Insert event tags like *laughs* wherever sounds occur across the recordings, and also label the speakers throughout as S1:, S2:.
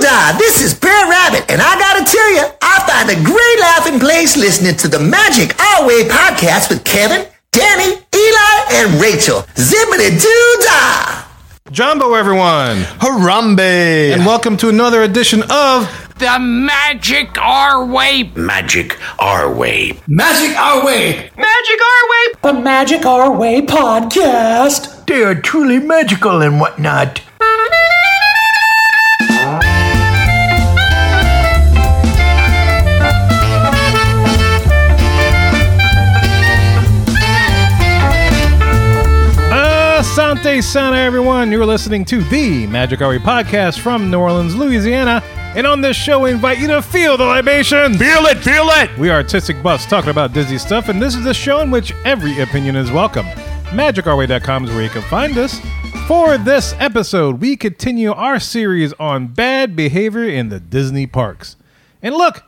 S1: Dad, this is Prayer Rabbit, and I gotta tell you, I find a great laughing place listening to the Magic Our Way podcast with Kevin, Danny, Eli, and Rachel. Zippity doo dah!
S2: Jumbo, everyone,
S3: Harambe!
S2: and welcome to another edition of
S4: The magic our way.
S5: Magic our way.
S6: Magic our way.
S4: Magic our way.
S7: The Magic Our Way podcast.
S6: They are truly magical and whatnot.
S2: Asante Sana, everyone. You're listening to the Magic Hour podcast from New Orleans, Louisiana. And on this show, we invite you to feel the libation.
S3: Feel it, feel it!
S2: We are artistic buffs talking about Disney stuff, and this is the show in which every opinion is welcome. MagicOurWay.com is where you can find us. For this episode, we continue our series on bad behavior in the Disney parks. And look,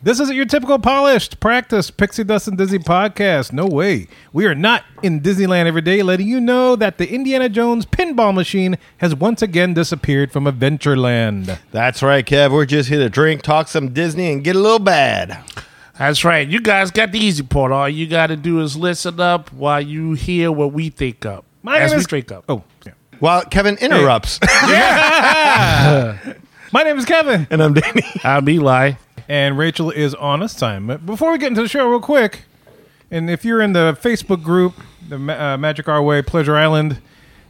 S2: this isn't your typical polished practice pixie dust and Disney podcast. No way. We are not in Disneyland every day, letting you know that the Indiana Jones pinball machine has once again disappeared from Adventureland.
S3: That's right, Kev. We're just here to drink, talk some Disney, and get a little bad.
S8: That's right. You guys got the easy part. All you got to do is listen up while you hear what we think up.
S2: My
S8: as
S2: name
S8: we
S2: is-
S8: drink up.
S2: Oh, yeah.
S3: While Kevin
S2: *laughs*
S3: interrupts.
S2: My name is Kevin. *laughs*
S3: and I'm Danny.
S8: I'm Eli.
S2: and Rachel is on assignment. Before we get into the show, real quick, and if you're in the Facebook group, the Ma- uh, Magic Our Way Pleasure Island,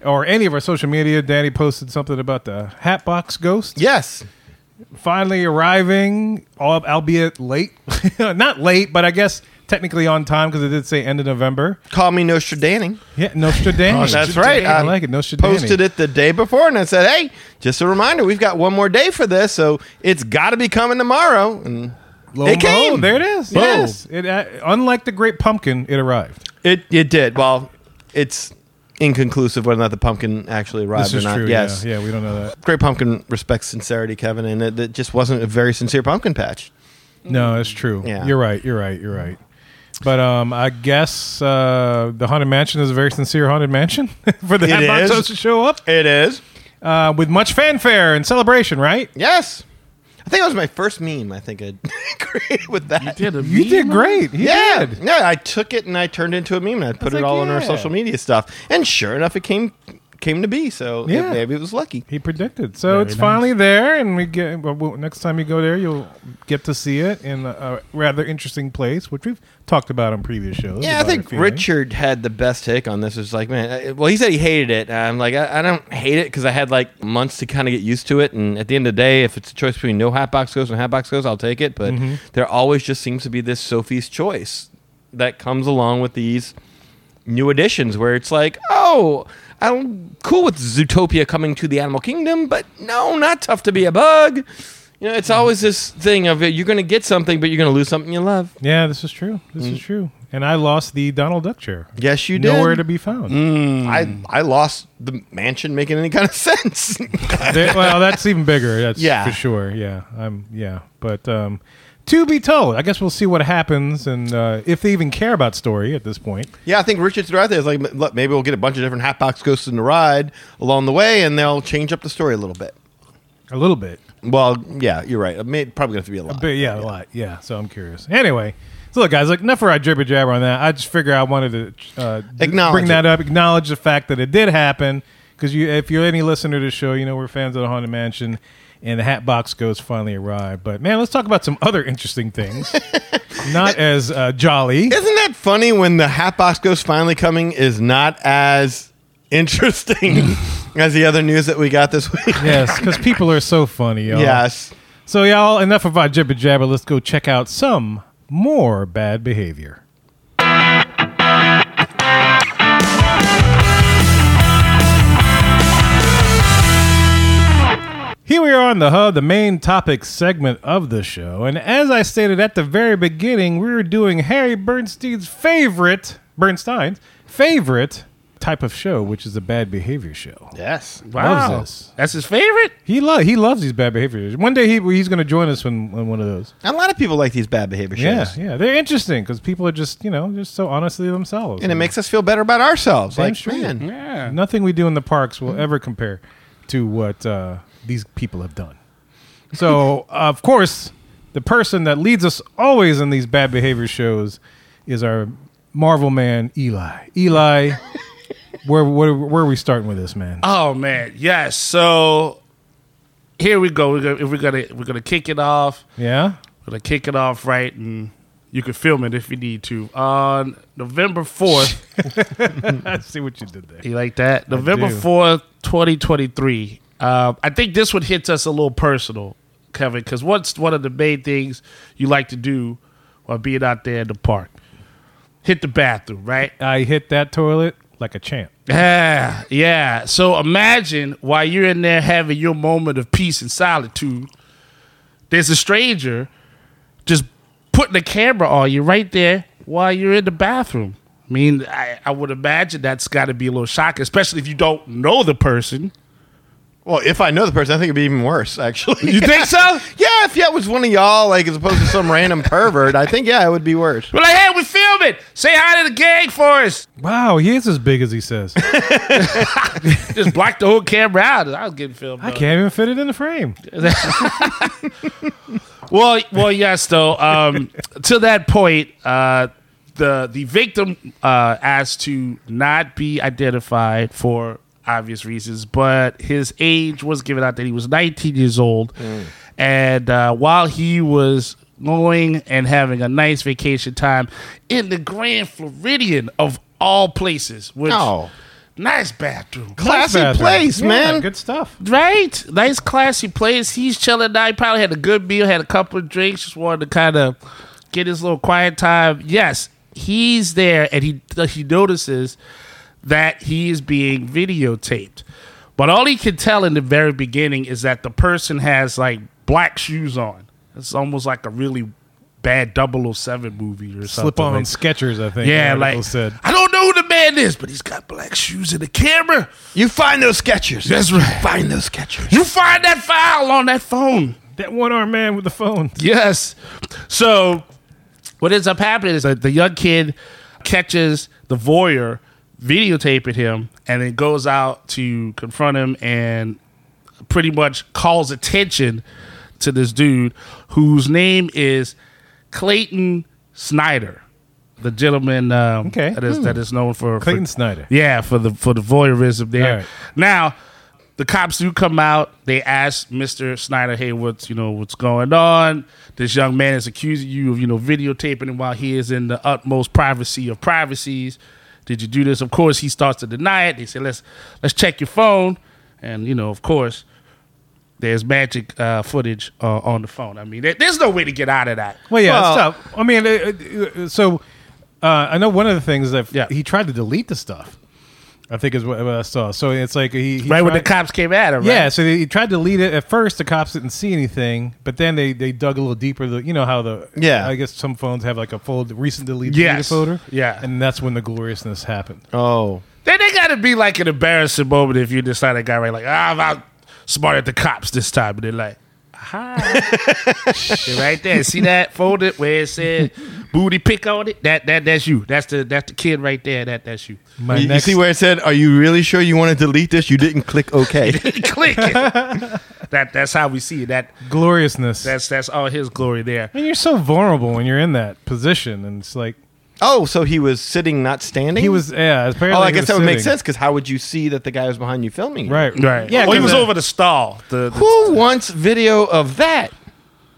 S2: or any of our social media, Danny posted something about the Hatbox Ghost
S3: Yes.
S2: finally arriving, al- albeit late. *laughs* Not late, but I guess technically on time because it did say end of November.
S3: Call me Nostradamus.
S2: Yeah, Nostradamus.
S3: Oh, That's right.
S2: I like it. Nostradamus.
S3: Posted it the day before and I said, hey, just a reminder, we've got one more day for this, so it's got to be coming tomorrow. And
S2: Lo
S3: it
S2: and behold,
S3: came.
S2: There it is.
S3: Boom.
S2: Yes. It, uh, unlike the Great Pumpkin, it arrived.
S3: It it did. Well, it's inconclusive whether or not the pumpkin actually arrived
S2: This is
S3: or not.
S2: true.
S3: yes.
S2: Yeah, yeah, we don't know that.
S3: Great pumpkin respects sincerity, Kevin, and it, it just wasn't a very sincere pumpkin patch.
S2: No, that's true.
S3: Yeah.
S2: You're right. You're right. You're right. But um, I guess uh, the haunted mansion is a very sincere haunted mansion *laughs* for the
S3: It
S2: Hatbox
S3: is.
S2: House to show up
S3: It is.
S2: uh, with much fanfare and celebration. Right?
S3: Yes. I think that was my first meme. I think I *laughs* created with that.
S8: Did a
S2: You did
S8: meme?
S2: great. You
S3: Yeah,
S2: did.
S3: yeah. I took it and I turned it into a meme and I put
S2: was
S3: it
S2: like,
S3: all on our
S2: yeah.
S3: social media stuff. And sure enough, it came came to be. So it-
S2: Yeah.
S3: maybe it was lucky.
S2: He predicted. So it's finally there, and we get. Well, well, next time you go there, you'll get to see it in a, a rather interesting place, which we've talked about on previous shows.
S3: Yeah, I
S2: about our
S3: think
S2: feelings.
S3: Richard had the best take on this. It was like, man, I, well, he said he hated it. I'm like, I, I don't hate it because I had like months to kind of get used to it. And at the end of the day, if it's a choice between no hatbox goes and hatbox goes, I'll take it. But there always just seems to be this Sophie's choice that comes along with these new additions where it's like, oh, I'm cool with Zootopia coming to the animal kingdom, but no, not tough to be a bug. You know, it's always this thing of you're going to get something, but you're going to lose something you love.
S2: Yeah, this is true. This is true. And I lost the Donald Duck chair.
S3: Mm. Yes, you
S2: Nowhere
S3: did. Mm.
S2: to be found. *laughs*
S3: I
S8: Hmm.
S3: I lost the mansion making any kind of *laughs* sense.
S2: They- well, that's even bigger. That's
S3: Yeah.
S2: for sure. Yeah, um, yeah. But um, to be told, I guess we'll see what happens and uh, if they even care about story at this point.
S3: yeah, I think Richard's right there. It's like, look, maybe we'll get a bunch of different Hatbox Ghosts in the ride along the way, and they'll change up the story a little bit.
S2: A little bit,
S3: Well, yeah, you're right. It may, probably gonna have to be a lot.
S2: but yeah, a lot. Yeah. So I'm curious. Anyway, so look, guys, like enough for our jibber jabber on that. I just figure I wanted to uh, d-
S3: Acknowledge
S2: bring that
S3: it.
S2: up, acknowledge the fact that it did happen. Because you, if you're any listener to the show, you know we're fans of the Haunted Mansion. And the Hatbox Ghost finally arrived. But man, let's talk about some other interesting
S3: *laughs*
S2: things. Not as uh, jolly.
S3: Isn't that funny when the Hatbox Ghost finally coming is not as
S8: *laughs*
S3: interesting as the other news that we got this week?
S2: Yes, because people are so funny, y'all.
S3: *laughs* Yes.
S2: So, y'all, enough of our jibber jabber. Let's go check out some more bad behavior. Here we are on the hub, the main topic segment of the show. And as I stated at the very beginning, we were doing Harry Bernstein's favorite, Bernstein's favorite type of show, which is a bad behavior show.
S3: Yes.
S8: Wow.
S2: this.
S8: That's his favorite?
S2: He lo- he loves these bad behaviors. One day he he's going to join us on on one of those.
S3: A lot of people like these bad behavior shows.
S2: Yeah, yeah, they're interesting because people are just you know just so honestly themselves.
S3: And it makes us feel better about ourselves.
S2: Damn
S3: like,
S2: straight.
S3: man,
S8: Yeah.
S2: Mm-hmm. nothing we do in the parks will ever compare to what uh, these people have done. So, of course, the person that leads us always in these bad behavior shows is our Marvel man, Eli. *laughs* Eli, where, where, where are we starting with this, man?
S8: Oh man, yes. So here we go. We're gonna we're gonna, we're gonna kick it off.
S2: yeah?
S8: We're gonna kick it off right, and you can film it if you need to. On
S2: *laughs*
S8: November fourth,
S2: *laughs* I see what you did there.
S8: you like that? November
S2: do.
S8: fourth, twenty twenty three. I think this one hits us a little personal, Kevin, because what's one of the main things you like to do while being out there in the park? Hit the bathroom, right?
S2: I hit that toilet like a champ.
S8: Yeah, yeah. So imagine while you're in there having your moment of peace and solitude, there's a stranger just putting the camera on you right there while you're in the bathroom. I mean, I, I would imagine that's got to be a little shocking, especially if you don't know the person.
S3: Well, if I know the person, I think it'd be even worse. Actually,
S8: You think so?
S3: yeah, if yeah, it was one of y'all, like as opposed to
S2: *laughs*
S3: some random pervert, I think yeah, it would be worse.
S8: We're like, hey, we film it. Say hi to the gang for us.
S2: Wow, he is as big as he *laughs* says.
S8: Just block the whole camera out. I was getting filmed.
S2: I
S8: though.
S2: can't even fit it in the frame.
S8: Well, well, yes, though. Um, *laughs* to that point, uh, the the victim uh, asked to not be identified for obvious reasons, but his age was given out that he was 19 years old, and uh, while he was going and having a nice vacation time in the Grand Floridian of all places, which
S3: Oh.
S8: nice bathroom.
S3: Classy
S2: Bathroom.
S3: place,
S2: Yeah,
S3: man.
S2: Good stuff.
S8: Right, nice classy place. He's chilling out. He probably had a good meal, had a couple of drinks, just wanted to kind of get his little quiet time. Yes, he's there, and he he notices that he is being videotaped. But all he can tell in the very beginning is that the person has like black shoes on. It's almost like a really bad 007 movie or something.
S2: Slip on
S8: like-
S2: Skechers, I think.
S8: yeah,
S2: the article
S8: like
S2: said.
S8: I don't know who the man is, but he's got black shoes in the camera.
S3: You find those sketchers.
S8: That's right.
S3: Find those sketchers.
S8: You find that file on that phone.
S2: That one armed man with the phone.
S8: Yes. So what ends up happening is that the young kid catches the voyeur videotaping him and then goes out to confront him and pretty much calls attention to this dude whose name is Clayton Snyder. The gentleman um,
S2: Okay. Hmm.
S8: that, is, that is known for
S2: Clayton
S8: for,
S2: Snyder.
S8: yeah, for the for the voyeurism there.
S2: All right.
S8: Now, the cops do come out. They ask Mr. Snyder, "Hey, what's you know what's going on? This young man is accusing you of you know videotaping him while he is in the utmost privacy of privacies. Did you do this?" Of course, he starts to deny it. They say, "Let's let's check your phone," and you know, of course. There's magic uh, footage uh, on the phone. I mean, there, there's no way to get out of that.
S2: Well, yeah,
S3: Well-
S2: it's tough. I mean, it, it- so uh, I know one of the things that
S8: Yeah.
S2: he tried to delete the stuff. I think is what, what I saw. So it's like he, he
S8: Right when
S2: tried-
S8: the cops came at him, right?
S2: Yeah, so they, he tried to delete it. At first, the cops didn't see anything, but then they, they dug a little deeper. The, you know how the
S3: Yeah.
S2: I guess some phones have like a fold recent delete
S8: Yes.
S2: folder.
S8: Yeah.
S2: and that's when the gloriousness happened.
S3: Oh,
S8: Then they gotta be like an embarrassing moment if you decide that guy right like ah, I've outsmarted the cops this time, and they're like, hi, They're *laughs* right there. See that folded where it said booty pick on it? That that that's you. That's the that's the kid right there. That that's you. *laughs*
S2: My
S3: you, you see where it said, "Are you really sure you want to delete this? You didn't click OK."
S2: *laughs*
S8: Click it. that that's how we see it. That
S2: gloriousness.
S8: that's that's all his glory there.
S2: and you're so vulnerable when you're in that position, and it's like
S3: oh, so he was sitting, not standing.
S2: he was. Yeah, apparently.
S3: Oh, I
S2: he
S3: guess
S2: was
S3: that would make
S2: sitting.
S3: sense because how would you see that the guy was behind you filming? it?
S2: Right,
S8: Right.
S2: Yeah,
S8: Well, Oh, he was
S2: 'cause, uh,
S8: over the stall. The, the-
S3: Who wants video of that?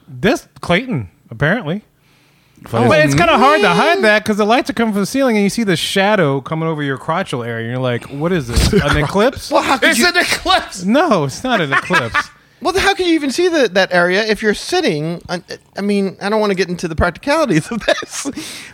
S2: This Clayton apparently.
S8: Oh,
S2: but it's kind of hard to hide that because the lights are coming from the ceiling and you see the shadow coming over your crotchal area. And you're like, what is this?
S3: *laughs*
S2: An eclipse?
S3: Well, how could
S8: it's
S3: you?
S8: in the clips.
S2: No, it's not an eclipse.
S3: well, how can you even see the, that area if you're sitting? On, I mean, I don't want to get into the practicalities of *laughs* this,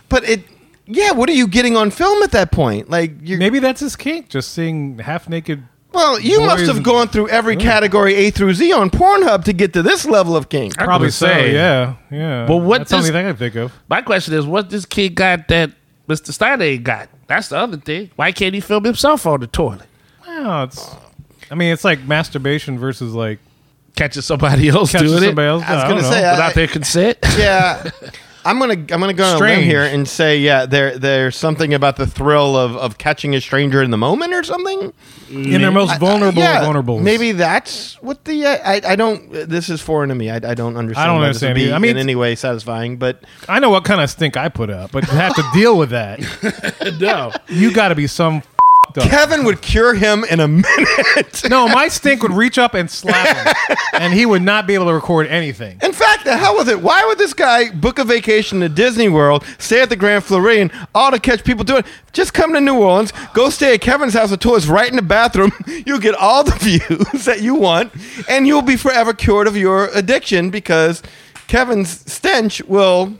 S3: but it. Yeah, what are you getting on film at that point? Like you.
S2: Maybe that's his kink, just seeing half naked.
S3: Well, you must
S2: Boys-
S3: have gone through every category A through Z on Pornhub to get to this level of kink.
S2: Probably
S8: gonna
S2: so.
S8: say.
S2: Yeah, yeah.
S8: But what
S2: That's the only
S8: does-
S2: thing I can think of.
S8: My question is, what this kid got that Mr. Steiner ain't got? That's the other thing. Why can't he film himself on the toilet?
S2: Wow, it's. I mean, it's like masturbation versus like
S8: catching somebody *laughs* else
S2: catching
S8: doing
S2: somebody
S8: it
S2: else.
S3: I was
S2: I
S3: gonna
S2: don't know.
S3: say, I- *laughs*
S8: without their consent.
S3: Yeah. I'm gonna I'm gonna go on a limb
S2: Strange.
S3: here and say yeah, there there's something about the thrill of, of catching a stranger in the moment or something.
S2: in their most vulnerable,
S3: yeah,
S2: vulnerable.
S3: Maybe that's what the uh, I I don't. This is foreign to me. I, I don't understand.
S2: I don't
S3: why this would
S2: understand
S3: be
S2: either. I mean,
S3: in
S2: it's-
S3: any way satisfying, but
S2: I know what kind of stink I put up, but to have to deal with that,
S8: No.
S2: you got to be some. fed up.
S3: Kevin would cure him in a minute.
S2: No, my stink would reach up and slap him, and he would not be able to record anything.
S3: *laughs* In fact, the hell with it. Why would this guy book a vacation to Disney World, stay at the Grand Floridian, all to catch people doing? Just come to New Orleans, go stay at Kevin's house. The tour's right in the bathroom. *laughs* You'll get all the *laughs* views that you want, and you'll be forever cured of your addiction because Kevin's stench will.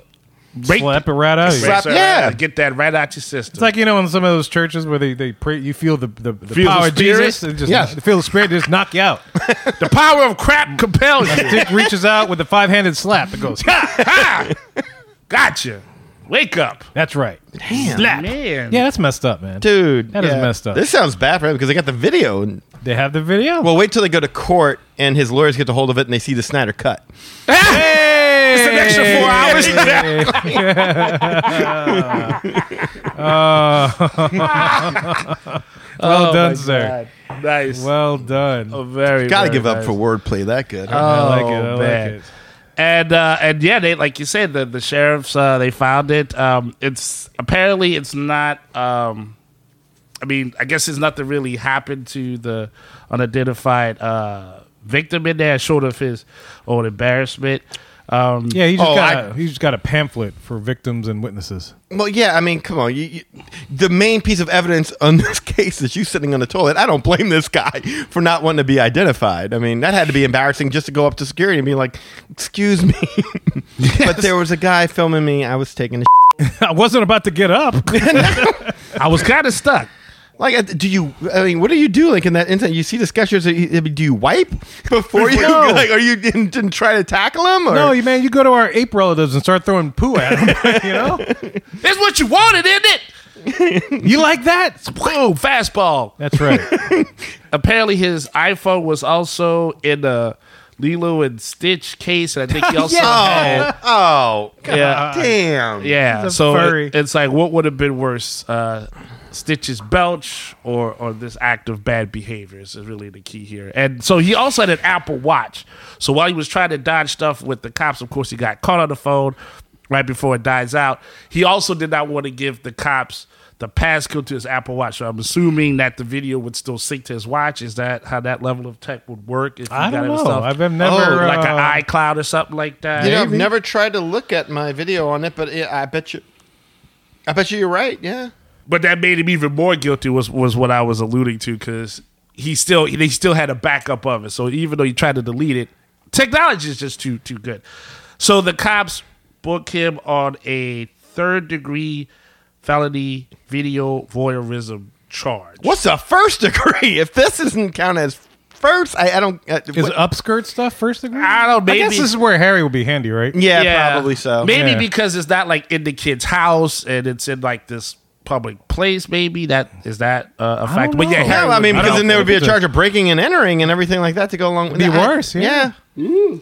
S8: Rape-
S2: Slap it right out. of you.
S8: rape-
S3: slap- yeah.
S8: Get that right out your system.
S2: It's like you know in some of those churches where they, they pray, you feel the the, the
S8: Feel the
S2: power of
S8: spirit?
S2: Jesus, and just
S3: Yes.
S2: feel the spirit, they just knock you out.
S8: *laughs* the power of crap compels you.
S2: *laughs* Dick reaches out with a five handed slap. It goes. "Ha!"
S8: ha! Gotcha. Wake up.
S2: That's right.
S8: Slap. Man.
S2: Yeah, that's messed up, man.
S3: Dude,
S2: That is messed up.
S3: This sounds bad for him because they got the video. And,
S2: They have the video.
S3: well, wait till they go to court and his lawyers get a hold of it and they see the Snyder cut.
S8: It's an extra four hours. Oh
S2: well done, sir.
S8: *laughs* Nice.
S2: Well done.
S8: very.
S3: Got to
S8: very
S3: give up
S8: nice.
S3: for wordplay that good. Uh,
S2: I like it. I
S8: Oh,
S2: like
S8: man.
S2: it.
S8: And uh, and yeah, they like you said, the the sheriffs uh, they found it. Um, it's apparently it's not. Um, I mean, I guess it's nothing really happened to the unidentified uh, victim in there, short of his own oh, embarrassment. Um,
S2: Yeah, he just
S3: Oh,
S2: got
S3: I-
S2: a, he just got a pamphlet for victims and witnesses. *laughs*
S3: Well, yeah, I mean, come on. You, you, the main piece of evidence on *laughs* this case is you sitting on the toilet. I don't blame this guy *laughs* for not wanting to be identified. I mean, that had to be embarrassing just to go up to security and be like, "Excuse me," *laughs* but there was a guy filming me. I was taking a
S2: I wasn't about to get up. *laughs*
S8: I was kind of stuck.
S3: like. uh, Do you? I mean, what do you do? Like in that instant, you see the sketchers. uh, Do you wipe *laughs* before you?
S2: No.
S3: Like, are you didn't, didn't try to tackle him? Or?
S2: no, you man, you go to our ape relatives and start throwing poo at them. *laughs* You know,
S8: That's what you wanted, isn't it?
S2: you like that?
S8: Boom, fastball.
S2: That's right.
S8: apparently his iPhone was also in the Lilo and Stitch case, and I think
S3: *laughs*
S8: he also had
S3: Oh, God
S8: yeah,
S3: damn.
S8: yeah.
S2: He's a
S8: So it-
S2: furry.
S8: it's like, what would have been worse, uh, Stitch's belch or or this act of bad behavior is really the key here. And so he also had an Apple Watch. So while he was trying to dodge stuff with the cops, of course he got caught on the phone right before it dies out. He also did not want to give the cops. The passcode to his Apple Watch. So I'm assuming that the video would still sync to his watch. Is that how that level of tech would work? If you
S2: I
S8: got
S2: don't
S8: it
S2: know.
S8: stuff? Oh,
S2: I've been never,
S8: like
S2: uh,
S8: an iCloud or something like that.
S3: You know, I've
S2: Maybe.
S3: never tried to look at my video on it, but it, I bet you, I bet you, you're right. Yeah.
S8: but that made him even more guilty was was what I was alluding to because he still they still had a backup of it. So even though he tried to delete it, technology is just too too good. So the cops book him on a third degree felony video voyeurism charge.
S3: What's a first degree? If this isn't counted as first, I, I don't. Uh,
S2: *laughs* Is
S3: what-
S2: upskirt stuff first degree?
S8: I don't know,
S2: I guess
S8: maybe-
S2: this is where Harry will be handy, right?
S3: yeah, probably so.
S8: Maybe
S2: Yeah.
S8: because it's not like in the kid's house and it's in like this public place. Maybe that is that uh, a fact.
S2: don't
S8: But yeah,
S2: know.
S3: Hell, I mean,
S2: I
S3: because
S2: don't
S3: then there would be a
S2: think
S3: charge of breaking and entering and everything like that to go along with
S2: It'd be
S3: that. I-
S2: worse, yeah. I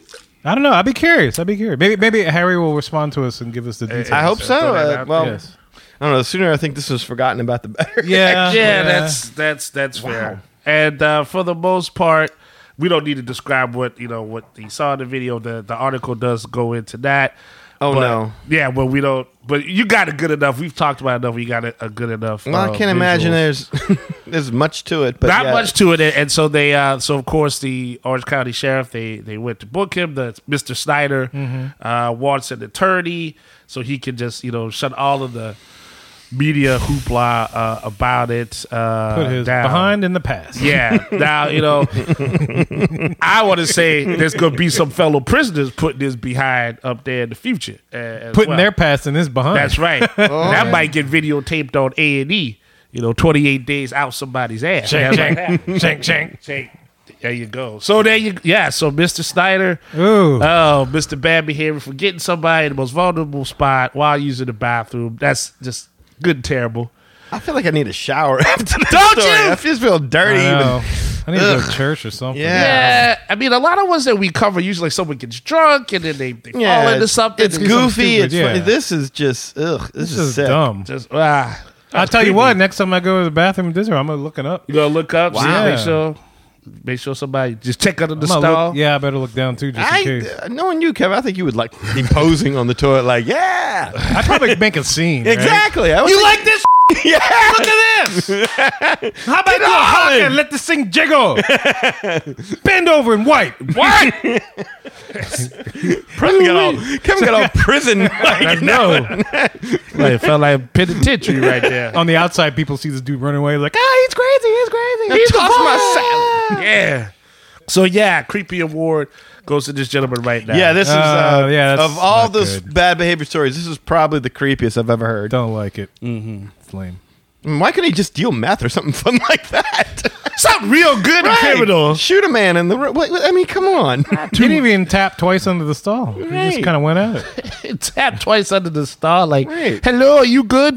S2: don't know. I'd be curious. I'd be curious. Maybe maybe Harry will respond to us and give us the details.
S3: I hope so. Uh, well,
S2: Yes.
S3: I don't know. The sooner I think this was forgotten about, the better.
S2: Yeah.
S8: yeah, that's that's that's fair. And uh, for the most part, we don't need to describe what you know what he saw in the video. The the article does go into that.
S3: *laughs* Oh,
S8: But-
S3: no.
S8: Yeah, but we don't. But you got it good enough. We've talked about it enough. You got a, a good enough.
S3: Well, I
S8: uh,
S3: can't imagine
S8: visuals.
S3: there's *laughs* there's much to it, but
S8: Not
S3: yeah.
S8: much to it, and- and so they, uh, so of course the Orange County Sheriff, they they went to book him. The Mister Snyder
S2: Mm-hmm.
S8: uh, wants an attorney, so he can just you know shut all of the media hoopla uh, about it uh,
S2: Put his
S8: down.
S2: behind in the past.
S8: Yeah. Now, you know, I want to say there's going to be some fellow prisoners putting this behind up there in the future. uh, as
S2: *laughs* Putting
S8: well.
S2: their past in his behind.
S8: That's right. *laughs* that might get videotaped on A and E. You know, 28 days out somebody's ass. That's like that.
S2: Shank, shank.
S8: Take- There you go. So there you yeah. So Mr. Snyder,
S2: Ooh.
S8: oh Mr. Bad Behavior for getting somebody in the most vulnerable spot while using the bathroom. That's just good and terrible.
S3: I feel like I need a shower *laughs* after this
S8: Don't
S3: story.
S8: you?
S3: I just feel dirty.
S2: I know.
S3: Even.
S2: I need to go to church or something.
S8: Yeah, uh, I mean, a lot of ones that we cover usually like someone gets drunk and then they, they fall into
S3: it's-
S8: something.
S3: It's
S8: they do something
S3: goofy.
S2: stupid,
S3: It's funny.
S2: yeah.
S3: This is just ugh. This,
S2: This
S3: is,
S2: is
S3: sick.
S2: dumb.
S8: Just ah,
S2: I'll tell you what, next time I go to the bathroom at Disney, World, I'm going to look it up.
S8: you gonna look up, see,
S2: Wow.
S8: make sure, make sure somebody just check under the
S2: I'm gonna
S8: stall.
S2: look- yeah, I better look down too, just in case.
S3: I, uh, knowing you, Kevin, I think you would *laughs* like be posing on the toilet, like, yeah,
S2: I'd probably make a *laughs* scene. right?
S3: exactly. I would
S8: You
S3: think-
S8: like *laughs* this?
S3: yeah.
S8: Look at *laughs* this.
S2: How about you honk
S8: *laughs*
S2: and let this thing *laughs* jiggle? Bend over and wipe.
S8: What?
S3: Kevin got all, *laughs* Kevin got all prison.
S2: *laughs*
S3: Like,
S2: No.
S8: Like, it felt like
S2: *laughs*
S8: penitentiary right there.
S2: On the outside, people see this dude running away, like, ah, he's crazy, he's crazy.
S3: *laughs*
S8: He's toss my salad. Yeah. So yeah, creepy award goes to this gentleman right now.
S3: yeah, this is uh,
S2: Uh, yeah, that's
S3: of all
S2: not
S3: those
S2: good.
S3: bad behavior stories. This is probably the creepiest I've ever
S2: *laughs*
S3: heard.
S2: Don't like it. Mm-hmm. It's lame.
S3: Why couldn't he just deal meth or something *laughs* fun like that? *laughs*
S8: something real good and
S3: Right.
S8: *laughs* criminal.
S3: Shoot a man in the. ro- What, what- I mean, come on.
S2: He didn't even tap twice under the stall. He just
S3: Right.
S2: kind of went at *laughs* it.
S8: Tap twice under the star, like,
S3: Right.
S8: "Hello, are you good?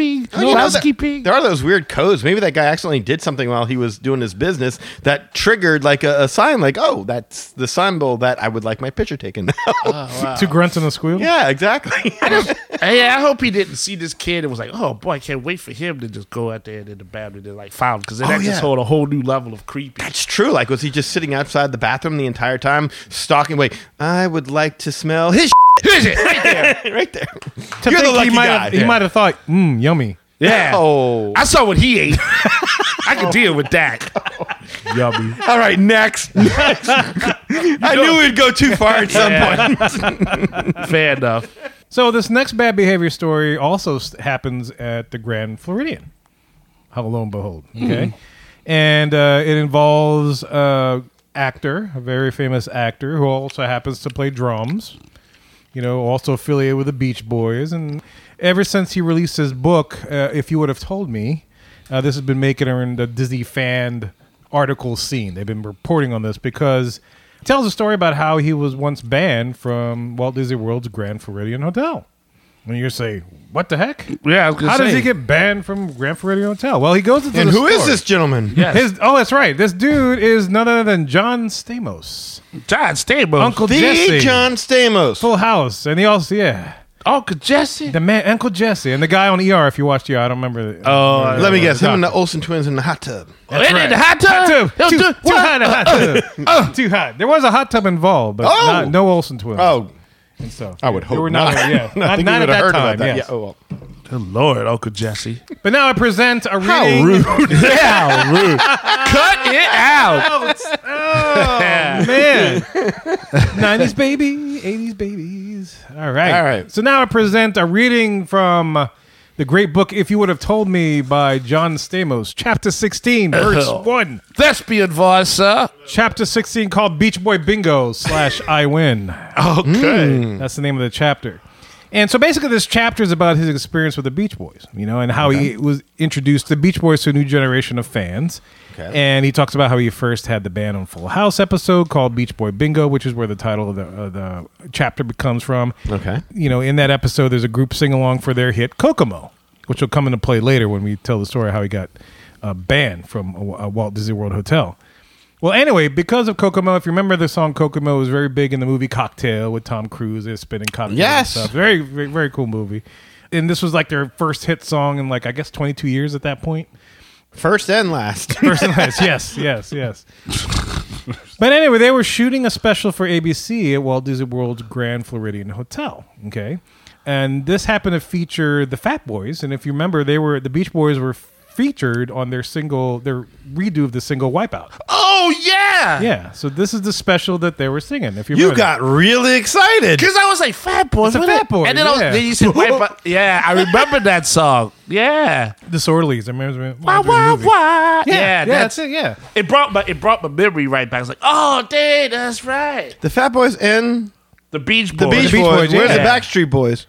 S3: *laughs* You know, there-
S8: mousekeeping."
S3: there are those weird codes. Maybe that guy accidentally did something while he was doing his business that triggered like a, a sign, like, oh, that's the symbol that I would like my picture taken now.
S2: Two grunts and a squeal.
S3: *laughs* yeah, *laughs* exactly.
S8: Hey, I hope he didn't see this kid and was like, "Oh boy, I can't wait for him to just go out there and in the bathroom and like found because then that
S3: yeah.
S8: just hold a whole new level of creepy."
S3: it's true. Like, was he just sitting outside the bathroom the entire time, stalking? Wait, I would like to smell his *laughs*
S8: Here's it right there.
S3: shit right there.
S2: To
S3: You're the
S2: think
S3: lucky
S2: he might
S3: guy.
S2: Have, he
S3: Yeah.
S2: might have thought, mmm, yummy.
S8: Yeah,
S3: Oh.
S8: I saw what he ate. I can deal with that.
S2: Yummy.
S3: All right, *laughs* next. Next. I knew we'd go too far at some *laughs* point.
S8: Fair enough.
S2: So this next bad behavior story also s- happens at the Grand Floridian. How lo and behold,
S8: Mm-hmm.
S2: okay, and uh, it involves uh, actor, a very famous actor who also happens to play drums. You know, also affiliated with the Beach Boys, and ever since he released his book, uh, if you would have told me, uh, this has been making around the Disney fan article scene. They've been reporting on this because it tells a story about how he was once banned from Walt Disney World's Grand Floridian Hotel. And you say, what the heck?
S8: Yeah, I was gonna
S2: How does
S8: say.
S2: he get banned from Grand Floridian Hotel? Well, he goes into
S3: And
S2: the
S3: who is
S2: store.
S3: this gentleman?
S8: Yes.
S2: His, oh, that's right. This dude is none other than John Stamos,
S8: John Stamos,
S2: Uncle
S3: The
S2: Jesse,
S3: John Stamos.
S2: Full House, and he also yeah,
S8: Uncle Jesse.
S2: the man, Uncle Jesse, and the guy on ER. If you watched ER, I don't remember. Oh,
S3: Let me guess. Him and the Olsen twins in the hot tub.
S8: and in the hot tub.
S2: hot tub.
S8: He'll
S2: Too,
S8: do-
S2: too hot, a hot tub. too hot. There was a hot tub involved, but
S3: uh, Oh!
S2: not, no Olsen twins.
S3: Oh,
S2: and so
S3: I would
S2: They were
S3: hope not. *laughs*
S2: Yeah,
S3: I
S2: not,
S3: think we
S2: not at
S3: would've
S2: that
S3: heard about
S2: time.
S3: that.
S2: yes.
S3: Yeah, oh, well.
S8: Good Lord, Uncle Jesse.
S2: But now I present a reading.
S8: *laughs* Yeah, rude. Cut it
S2: *laughs*
S8: out.
S2: Oh,
S3: *laughs*
S2: man. 90s baby, 80s babies. All right.
S3: All right.
S2: So now I present a reading from the great book, If You Would Have Told Me, by John Stamos, chapter 16,
S3: *laughs*
S2: verse 1.
S8: *laughs* Thespian voice, sir.
S2: Chapter 16 called Beach Boy Bingo slash I Win.
S8: Okay.
S2: That's the name of the chapter. And so basically, this chapter is about his experience with the Beach Boys, you know, and how he was introduced the Beach Boys to a new generation of fans.
S3: Okay.
S2: And he talks about how he first had the band on Full House episode called Beach Boy Bingo, which is where the title of the, of the chapter comes from.
S3: Okay.
S2: You know, in that episode, there's a group sing along for their hit Kokomo, which will come into play later when we tell the story how he got uh, banned from a, a Walt Disney World hotel. Well, anyway, because of Kokomo, if you remember the song Kokomo was very big in the movie Cocktail with Tom Cruise, they're spinning cocktails.
S3: Yes.
S2: and stuff. very, very, very cool movie. And this was like their first hit song in like I guess 22 years at that point.
S3: First and
S2: *laughs*
S3: last.
S2: First and last. Yes, yes, yes. but anyway, they were shooting a special for ABC at Walt Disney World's Grand Floridian Hotel. Okay. And this happened to feature the Fat Boys. And if you remember, they were the Beach Boys were featured on their single, their redo of the single Wipeout.
S8: Oh, yeah.
S2: Yeah. So this is the special that they were singing. If you,
S3: you
S2: remember that.
S3: got really excited.
S8: Because I was like, Fat Boy.
S2: It's a
S8: what
S2: Fat
S8: the-"
S2: Boy,
S8: And then, I was,
S2: yeah.
S8: then you said, Wipe
S2: *laughs*
S8: Out. Yeah, I remember that song. Yeah.
S2: disorderlies. I remember.
S8: Wah, wah, wah. Yeah,
S2: Yeah, yeah,
S8: that's
S2: that's it. Yeah.
S8: it. Brought my, it brought my memory right back. I was like, oh, dang, that's right.
S3: The Fat Boys and
S8: The Beach
S3: the
S8: Boys.
S3: Beach,
S2: Beach
S3: Boys.
S2: Boys,
S3: Where's
S2: yeah.
S3: the Backstreet Boys?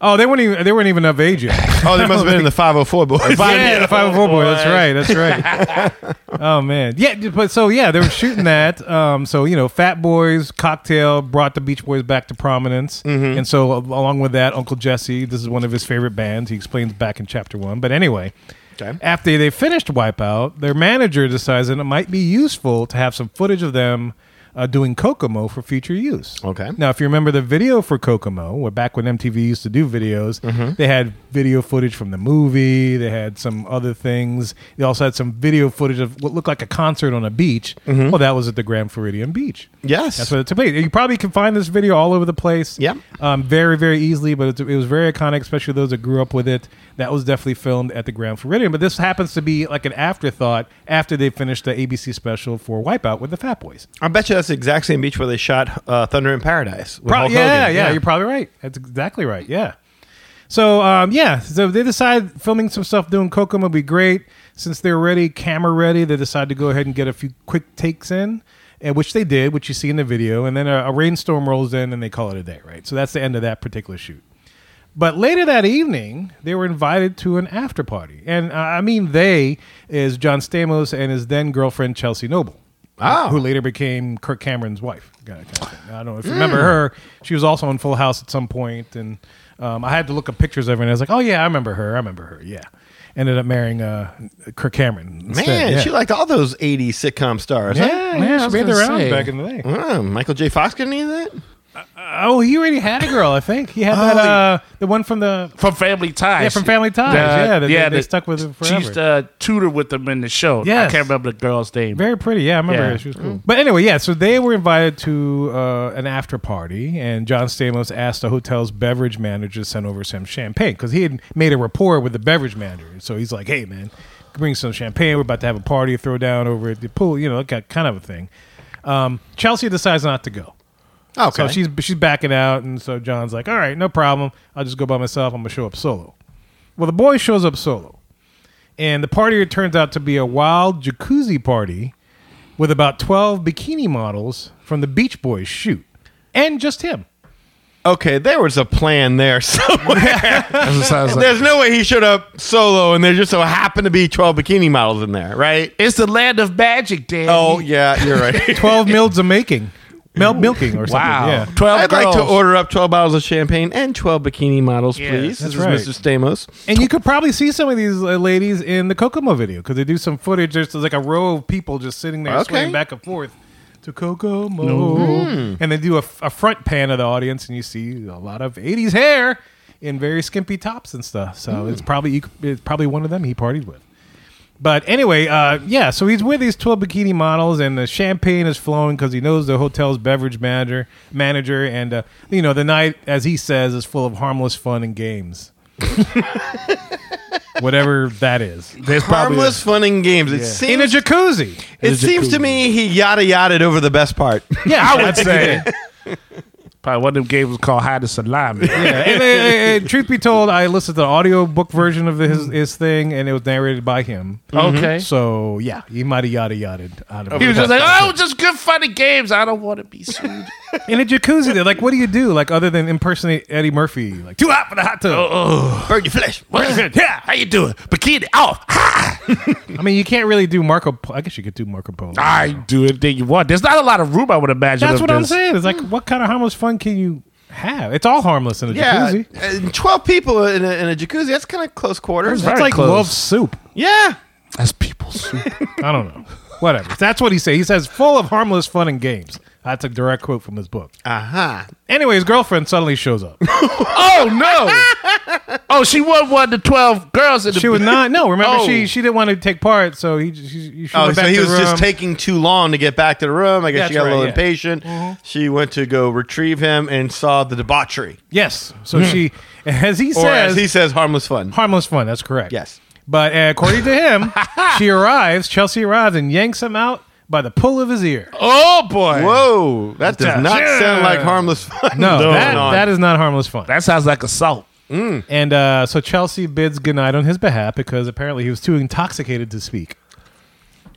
S2: Oh, they weren't even they weren't even of age yet.
S3: Oh, they must have been *laughs* in the 504 Boys.
S2: yeah, the 504 boy. That's right. That's right. oh man. Yeah, but so yeah, they were shooting that. Um, so you know, Fat Boys cocktail brought the Beach Boys back to prominence, and so a- along with that, Uncle Jesse. This is one of his favorite bands. He explains back in chapter one. But anyway,
S3: Okay.
S2: After they finished Wipeout, their manager decides that it might be useful to have some footage of them uh, doing Kokomo for future use.
S3: Okay.
S2: Now, if you remember the video for Kokomo, where back when MTV used to do videos, they had video footage from the movie, they had some other things. They also had some video footage of what looked like a concert on a beach. Well, that was at the Grand Floridian Beach.
S3: Yes.
S2: That's what it's about. You probably can find this video all over the place.
S3: Yep.
S2: Um, very, very easily, but it's, it was very iconic, especially those that grew up with it. That was definitely filmed at the Grand Floridian, but this happens to be like an afterthought after they finished the ABC special for Wipeout with the Fat Boys.
S3: I bet you that's the exact same beach where they shot uh, Thunder in Paradise. with
S2: Pro-
S3: Hulk
S2: yeah,
S3: Hogan.
S2: yeah, you're probably right. That's exactly right. Yeah. So um, yeah, so they decide filming some stuff doing Kokomo would be great since they're ready, camera ready. They decide to go ahead and get a few quick takes in, and which they did, which you see in the video. And then a, a rainstorm rolls in, and they call it a day. Right. So that's the end of that particular shoot. But later that evening, they were invited to an after party, and uh, I mean they is John Stamos and his then girlfriend Chelsea Noble,
S3: Oh.
S2: who later became Kirk Cameron's wife. Kind of- kind of thing. I don't know if you remember her. She was also on Full House at some point, and um, I had to look up pictures of her, and I was like, oh yeah, I remember her. I remember her. Yeah, ended up marrying uh, Kirk Cameron. instead,
S3: Man,
S2: yeah.
S3: she liked all those 80s sitcom stars.
S2: yeah,
S3: huh?
S2: yeah,
S8: Yeah, I
S2: she
S8: was
S2: made the
S8: gonna
S2: rounds
S8: say.
S2: back in the day.
S3: Oh, Michael J. Fox got any of that?
S2: Oh, he already had a girl, I think. He had that
S3: Oh, he-
S2: uh, the one from the
S8: From Family Ties.
S2: Yeah, from Family Ties. Yeah, they- they stuck with him
S8: She used to tutor with them in the show.
S2: Yes.
S8: I can't remember the girl's name.
S2: Very pretty. Yeah, I remember
S8: Yeah.
S2: her. She was cool. But anyway, yeah, so they were invited to uh, an after party, and John Stamos asked the hotel's beverage manager to send over some champagne because he had made a rapport with the beverage manager. So he's like, hey, man, bring some champagne. We're about to have a party, throw down over at the pool, you know, that kind of a thing. Um, Chelsea decides not to go. So
S3: Okay.
S2: she's she's backing out, and so John's like, "All right, no problem. I'll just go by myself. I'm gonna show up solo." Well, the boy shows up solo, and the party turns out to be a wild jacuzzi party with about twelve bikini models from the Beach Boys shoot, and just him.
S3: okay, there was a plan there *laughs* somewhere.
S9: That's what sounds like.
S3: There's no way he showed up solo and there just so happened to be 12 bikini models in there, right?
S8: It's the land of magic, Dan.
S3: Oh, yeah, you're
S2: *laughs*
S3: right.
S2: Twelve mils of making, mil- milking or something.
S8: wow.
S2: Yeah.
S8: 12
S3: I'd
S8: girls.
S3: like to order up 12 bottles of champagne and 12 bikini models,
S8: Yeah,
S3: please.
S2: that's
S3: This is
S2: right.
S3: Mr. Stamos.
S2: And you could probably see some of these uh, ladies in the Kokomo video because they do some footage. There's like a row of people just sitting there
S3: Okay.
S2: swaying back and forth to Kokomo. And they do a, a front pan of the audience, and you see a lot of 80s hair in very skimpy tops and stuff. So it's probably it's probably one of them he partied with. But anyway, uh, yeah, so he's with these 12 bikini models, and the champagne is flowing because he knows the hotel's beverage manager, manager and, uh, you know, the night, as he says, is full of harmless fun and games. Whatever that is.
S9: There's probably
S3: Harmless, fun, and games. It
S2: In a
S3: seems,
S2: jacuzzi.
S3: it seems to me he yada yada over the best part. *laughs*
S2: Yeah, I
S8: would say. Probably one of them games was called Hide the
S2: *laughs*
S8: Salami.
S2: Yeah, and, and- and truth be told, I listened to the audiobook version of his, his thing, and it was narrated by him.
S8: Oh, Okay.
S2: So, yeah, he might have yada yada out of
S8: He was
S2: it.
S8: just like, oh, just good funny games. I don't want to be sued.
S2: in a jacuzzi. There, like, what do you do? Like, other than impersonate Eddie Murphy, like *laughs* too hot for the hot tub.
S3: Burn your flesh.
S8: *laughs* yeah, how you doing? Bikini off.
S2: I mean, you can't really do Marco. Po- I guess you could do Marco Polo.
S8: I do anything you want. There's not a lot of room, I would imagine.
S2: That's
S8: of
S2: what I'm
S8: this.
S2: saying. It's like, what kind of harmless fun can you have? It's all harmless in a
S3: Yeah,
S2: jacuzzi.
S3: and 12 people in a, in a jacuzzi, that's kind of close quarters.
S2: That's like love soup.
S3: yeah.
S8: That's people's.
S2: I don't know. Whatever. That's what he said. He says, full of harmless fun and games. That's a direct quote from his book.
S3: Uh-huh.
S2: Anyway, his girlfriend suddenly shows up.
S8: oh, no. *laughs* Oh, she was one of the 12 girls in the
S2: She was not. No, remember
S8: Oh.
S2: she she didn't want to take part, so he just- she, she
S3: Oh,
S2: went
S3: so
S2: back
S3: he
S2: to
S3: was
S2: the room.
S3: just taking too long to get back to the room. I guess she
S2: That's
S3: got a little
S2: right, yeah. Mm-hmm.
S3: impatient. She went to go retrieve him and saw the debauchery.
S2: yes. So she, as he
S3: Hmm. Or
S2: says,
S3: as he says, harmless fun.
S2: harmless fun. That's correct.
S3: Yes.
S2: But uh, according to him, she arrives. Chelsea arrives and yanks him out by the pull of his ear.
S8: Oh, boy.
S3: Whoa, that does not
S8: Yeah.
S3: sound like harmless fun.
S2: No,
S3: going
S2: that,
S3: on.
S2: that is not harmless fun.
S8: That sounds like assault.
S2: And uh, so Chelsea bids goodnight on his behalf because apparently he was too intoxicated to speak.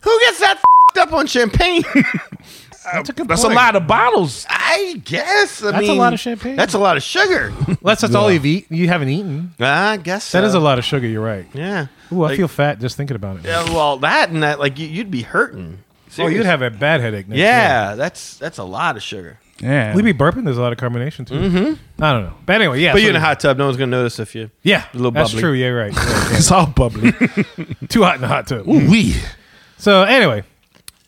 S3: Who gets that fed up
S2: *laughs*
S3: on champagne?
S2: That's a good
S8: That's
S2: point.
S8: a lot of bottles.
S3: I guess. I
S2: That's a
S3: mean,
S2: lot of champagne.
S3: That's a lot of sugar. *laughs*
S2: Well, that's that's all you've eaten. You haven't eaten.
S3: I guess
S2: That
S3: so.
S2: is a lot of sugar. You're right.
S3: Yeah.
S2: Ooh, I
S3: Um, Like-
S2: feel fat just thinking about it.
S3: Yeah, well, that and that, like you, you'd be hurting.
S2: Oh, you'd have a bad headache. Next year.
S3: Yeah, that's that's a lot of sugar.
S8: Yeah.
S2: We'd be burping. There's a lot of carbonation too. Mm-hmm. I don't know. But anyway, yeah.
S3: But
S2: so-
S3: you're in a hot tub. No one's gonna notice if you.
S2: Yeah,
S3: A little
S2: that's
S3: bubbly.
S2: true. Yeah, right.
S3: *laughs*
S2: Yeah,
S8: it's all *laughs* bubbly.
S2: yeah. Too hot in the hot tub.
S8: we.
S2: So anyway,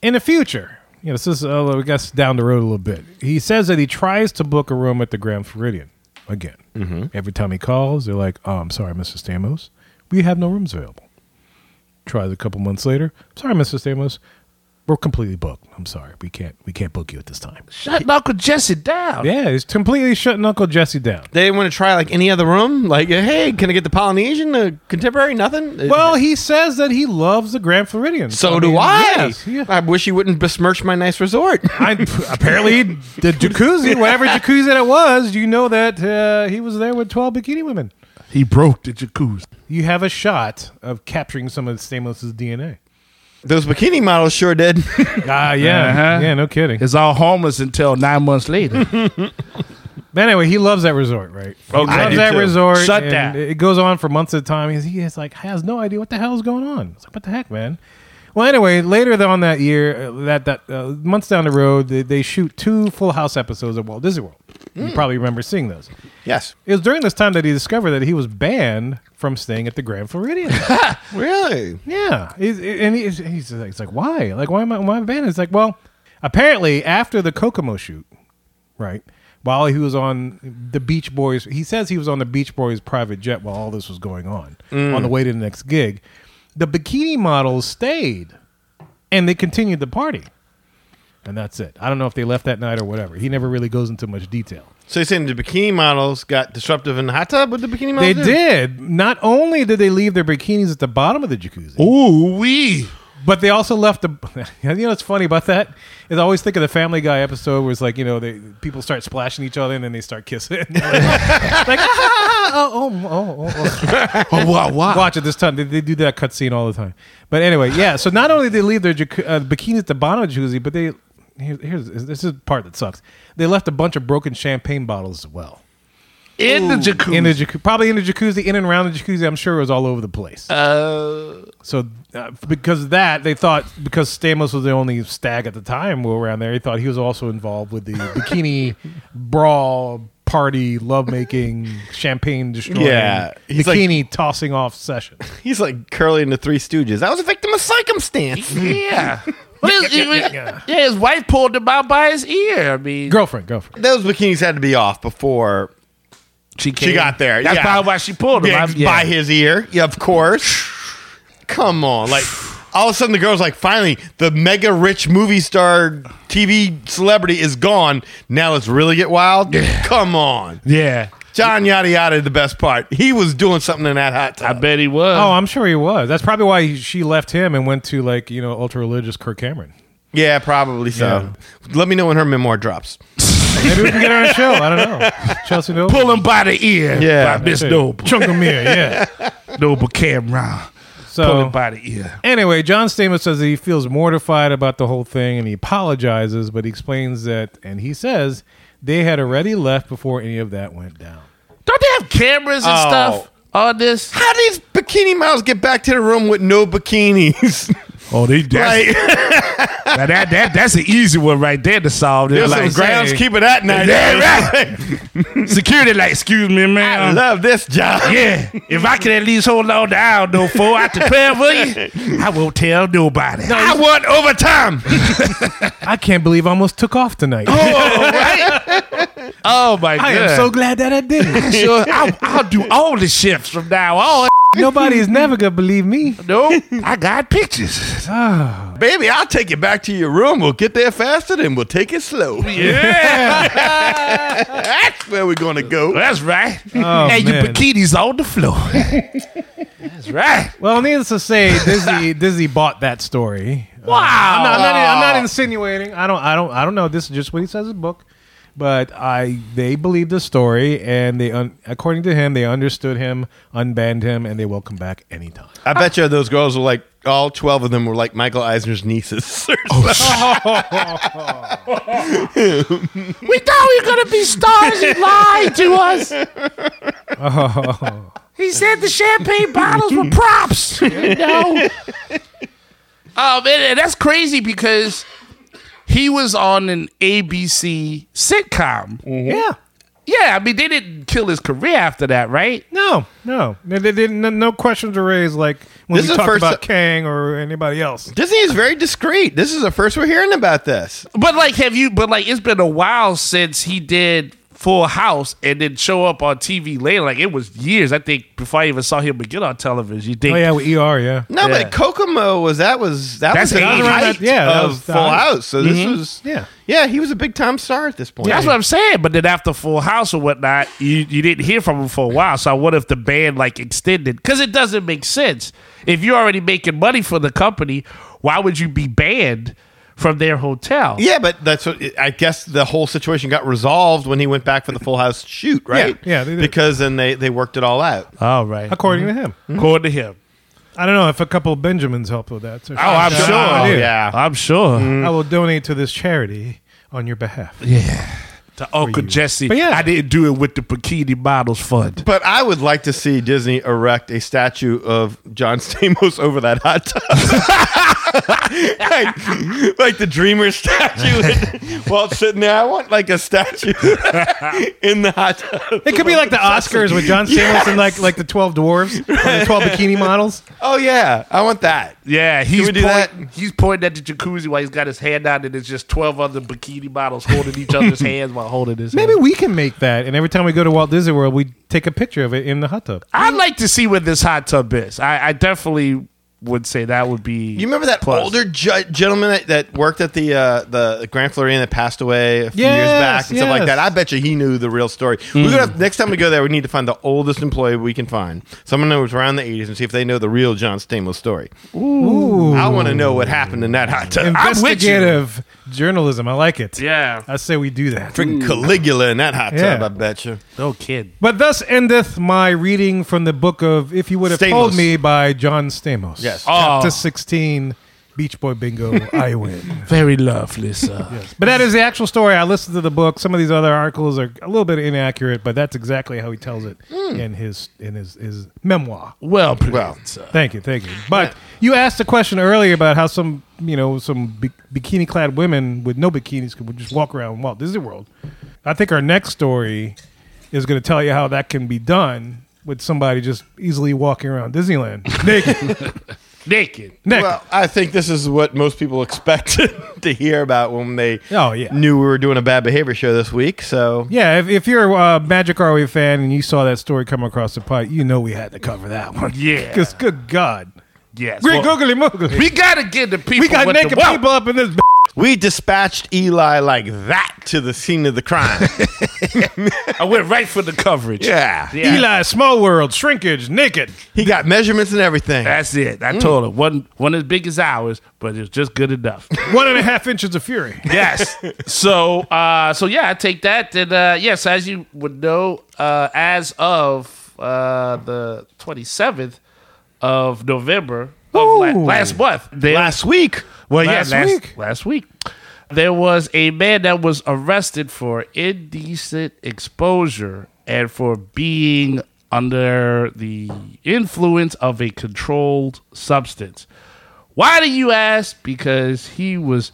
S2: in the future, you know, this is uh, I guess down the road a little bit. He says that he tries to book a room at the Grand Floridian again.
S3: Mm-hmm.
S2: Every time he calls, they're like, "Oh, I'm sorry, Mr. Stamos, we have no rooms available." Tries a couple months later, "Sorry, Mr. Stamos, we're completely booked. I'm sorry, we can't we can't book you at this time."
S8: Shut Uncle Jesse down.
S2: Yeah, he's completely shutting Uncle Jesse down.
S3: They didn't want to try like any other room. Like, hey, can I get the Polynesian, the contemporary, nothing?
S2: Well, he says that he loves the Grand Floridian.
S3: so
S2: mean,
S3: do I.
S2: yes, yeah.
S3: I wish you wouldn't besmirch my nice resort. *laughs*
S2: I, apparently, the jacuzzi, whatever jacuzzi that it was, you know that uh, he was there with 12 bikini women.
S8: He broke the jacuzzi.
S2: You have a shot of capturing some of Stamos's DNA.
S3: Those bikini models sure *laughs* did.
S2: Ah, yeah.
S8: Uh-huh.
S2: Yeah, no kidding.
S8: It's all homeless until nine months *laughs* later.
S2: But anyway, he loves that resort, right? He
S3: I
S2: loves
S3: do
S2: that
S3: too.
S2: resort.
S8: Shut
S2: and
S8: that.
S2: It goes on for months at a time. He's, he is like, has no idea what the hell is going on. It's like, what the heck, man? Well, anyway, later on that year, uh, that that uh, months down the road, they, they shoot two Full House episodes of Walt Disney World. You probably remember seeing those.
S3: yes.
S2: It was during this time that he discovered that he was banned from staying at the Grand Floridian.
S3: Really?
S2: yeah, he's, and he's, he's like, it's like, why? Like, why am I why am I banned? It's like, well, apparently after the Kokomo shoot, right? While he was on the Beach Boys, he says he was on the Beach Boys private jet while all this was going on, on the way to the next gig. The bikini models stayed, and they continued the party, and that's it. I don't know if they left that night or whatever. He never really goes into much detail.
S3: So you're saying the bikini models got disruptive in the hot tub with the bikini
S2: They
S3: models?
S2: did. Not only did they leave their bikinis at the bottom of the jacuzzi,
S8: Ooh, we.
S2: but they also left the. *laughs* You know what's funny about that is I always think of the Family Guy episode where it's like you know they people start splashing each other and then they start kissing. *laughs* like ah, *laughs* oh, oh, oh, oh, oh.
S8: Oh, wow, *laughs* wow.
S2: Watch it this time. They, they do that cutscene all the time. But anyway, yeah. So not only did they leave their jacu- uh, bikinis at the bottom of the jacuzzi, but they here, here's this is the part that sucks. They left a bunch of broken champagne bottles as well
S8: In the jacuzzi.
S2: in the jacu- probably in the jacuzzi, in and around the jacuzzi. I'm sure it was all over the place. Uh, so uh, because of that, they thought because Stamos was the only stag at the time who were around there, he thought he was also involved with the bikini brawl party, lovemaking, champagne destroying,
S3: Yeah, he's like-
S2: bikini tossing off session.
S3: He's like curly in the Three Stooges. I was a victim of *laughs* circumstance.
S8: *laughs* yeah. Well, his, yeah, his wife pulled him out by his ear. I mean,
S2: Girlfriend, girlfriend.
S3: Those bikinis had to be off before
S8: came-
S3: got there,
S8: That's
S3: yeah.
S8: probably why she pulled him.
S3: Yeah,
S8: I'm- yeah.
S3: by his ear. Yeah, of course. Come on, like all of a sudden the girl's like, finally, the mega rich movie star, TV celebrity is gone. Now let's really get wild. Come on,
S8: yeah.
S3: John Yada Yada, the best part. He was doing something in that hot
S8: I
S3: tub.
S8: bet he was.
S2: Oh, I'm sure he was. That's probably why he- she left him and went to like you know ultra religious Kirk Cameron.
S3: yeah, probably so. Let me know when her memoir drops.
S2: Maybe we can get her on a show. I don't know. Chelsea Noble.
S8: Pull him by the ear.
S3: Yeah.
S8: By Miss
S2: Hey,
S8: Noble.
S2: Chunk of mirror, yeah.
S8: Noble Cameron.
S2: So
S8: Pull him by the ear.
S2: Anyway, John Stamos says he feels mortified about the whole thing and he apologizes, but he explains that, and he says they had already left before any of that went down.
S8: Don't they have cameras and
S3: Oh.
S8: stuff on this?
S3: How did these bikini models get back to the room with no bikinis? *laughs*
S8: Oh, they
S3: like,
S8: that's, *laughs* now that, that that's an easy one right there to solve. They're
S3: there's some
S8: like,
S3: groundskeeper that night. *laughs*
S8: Yeah, right. Security, like, excuse me,
S3: I
S8: man.
S3: love this job.
S8: yeah, if I could at least hold on down though four after twelve of you, I won't tell nobody.
S3: I want overtime.
S2: I can't believe I almost took off tonight.
S8: *laughs* Oh my god!
S2: I am so glad that I didn't.
S8: *laughs* sure. I'll, I'll do all the shifts from now on.
S2: Nobody is never going to believe me.
S8: Nope, I got pictures.
S3: Baby, I'll take you back to your room. We'll get there faster than we'll take it slow. *laughs*
S8: Yeah, *laughs*
S3: That's where we're gonna go.
S8: that's right.
S2: Oh,
S8: and
S2: man.
S8: your bikinis on the
S2: *laughs*
S8: floor. that's right.
S2: Well, needless to say, Dizzy Dizzy bought that story. Wow. I'm, not, I'm not- I'm
S8: Ah.
S2: not insinuating. I don't. I don't. I don't know. This is just what he says in the book. But I, they believed the story, and they, un, according to him, they understood him, unbanned him, and they welcome back anytime.
S3: I bet you those girls were like all twelve of them were like Michael Eisner's nieces. *laughs*
S8: We thought we were gonna be stars. He lied to us.
S2: Oh. *laughs*
S8: He said the champagne bottles were props. You know. Um, and, and that's crazy because he was on an ABC sitcom.
S2: Yeah.
S8: Yeah, I mean they didn't kill his career after that, right?
S2: No, no, they, they didn't. no- No questions were raised. Like when
S3: This
S2: we
S3: is the
S2: talk
S3: first
S2: about
S3: ti-
S2: Kang or anybody else.
S3: Disney is very discreet. This is the first we're hearing about this.
S8: But like, have you? But like, it's been a while since he did Full House and then show up on TV later. Like it was years, I think, before I even saw him again on television. You think?
S2: Oh yeah, with ER. Yeah.
S3: No,
S8: Yeah.
S3: but Kokomo was that was that
S8: That's
S3: was the
S8: around
S3: height
S2: that- yeah, that
S3: of
S2: was the
S3: Full
S2: height.
S3: House. So this was
S2: Yeah.
S3: yeah, he was a big time star at this point.
S8: That's what I'm saying. But then after Full House or whatnot, you, you didn't hear from him for a while. So what if the band like extended? Because it doesn't make sense. If you're already making money for the company, why would you be banned from their hotel?
S3: yeah, but that's what I guess the whole situation got resolved when he went back for the Full House shoot, right?
S2: yeah, they did.
S3: because then they they worked it all out.
S8: All right.
S2: According to him,
S8: According to him.
S2: I don't know if a couple of Benjamins helped with that. so-
S8: Oh, I'm sure.
S2: I do.
S3: yeah. Mm-hmm.
S8: I'm sure.
S2: I will donate to this charity on your behalf.
S8: To Uncle Jesse.
S2: But yeah.
S8: I didn't do it with the Bikini Models Fund.
S3: But I would like to see Disney erect a statue of John *laughs* Stamos over that hot tub. like, like the dreamer statue *laughs* with- while it's sitting there. I want like a statue *laughs* in the hot tub.
S2: It could be like the Oscars with John Stamos and like like the twelve dwarves, and the twelve bikini models.
S3: Oh yeah, I want that.
S8: Yeah, he's
S3: we do
S8: point- he's pointing at the jacuzzi while he's got his hand out, and it's just twelve other bikini models holding each other's hands while holding his.
S2: Maybe
S8: hand.
S2: we can make that, and every time we go to Walt Disney World, we take a picture of it in the hot tub.
S8: I'd like to see where this hot tub is. I, I definitely would say that would be.
S3: You remember that
S8: plus.
S3: older ju- gentleman that, that worked at the uh, the Grand Floridian that passed away a few years
S2: Yes,
S3: back and stuff like
S2: yes. Hmm.
S3: that? I bet you he knew the real story. We're gonna have, next time we go there, we need to find the oldest employee we can find, someone that was around the '80s, and see if they know the real John Stamos story. Ooh, I want to know what happened in that hot *laughs* tub.
S8: I'm with you.
S2: Investigative journalism. I like it.
S8: Yeah.
S2: I say we do that.
S3: Freaking Caligula in that hot tub,
S2: Yeah.
S3: I bet you.
S8: No kid.
S2: But thus endeth my reading from the book of If You Would Have Told
S3: Stamos.
S2: Me by John Stamos.
S3: Yes.
S2: Chapter
S8: Oh.
S2: 16, Beach Boy Bingo, I Win.
S8: Very lovely, sir.
S2: But that is the actual story. I listened to the book. Some of these other articles are a little bit inaccurate, but that's exactly how he tells it
S3: Hmm.
S2: in his in his, his memoir.
S8: Well, played,
S3: Well.
S8: sir.
S2: Thank you, thank you. But you asked a question earlier about how some, you know, some bi- bikini-clad women with no bikinis could just walk around Walt Disney World. I think our next story is going to tell you how that can be done with somebody just easily walking around
S8: *laughs*
S2: Disneyland naked.
S8: naked.
S2: Next.
S3: Well, I think this is what most people *laughs* expected to hear about when they
S2: Oh, yeah.
S3: knew we were doing a bad behavior show this week. So
S2: yeah, if, if you're a Magic Are We fan and you saw that story come across the pot, you know we had to cover that one.
S8: Yeah.
S2: Because good God.
S8: Yes.
S2: Great
S8: well,
S2: googly moogly.
S8: we gotta get the people.
S2: We got
S8: what
S2: naked
S8: the, well,
S2: people up in this. b-
S3: We dispatched Eli like that to the scene of the crime.
S8: *laughs* I went right for the coverage.
S3: yeah.
S8: Yeah.
S2: Eli, small world, shrinkage, naked.
S3: He got measurements and everything.
S8: That's it. I told him one one as big as ours, but it's just good enough.
S2: One and a half inches of fury.
S8: yes. So uh so yeah, I take that. And uh yes, as you would know, uh as of uh the twenty seventh of November of la-
S2: Ooh.
S8: last month. There,
S3: Last week.
S8: well yeah,
S2: last
S8: last
S2: week.
S8: Last week. There was a man that was arrested for indecent exposure and for being under the influence of a controlled substance. Why do you ask? Because he was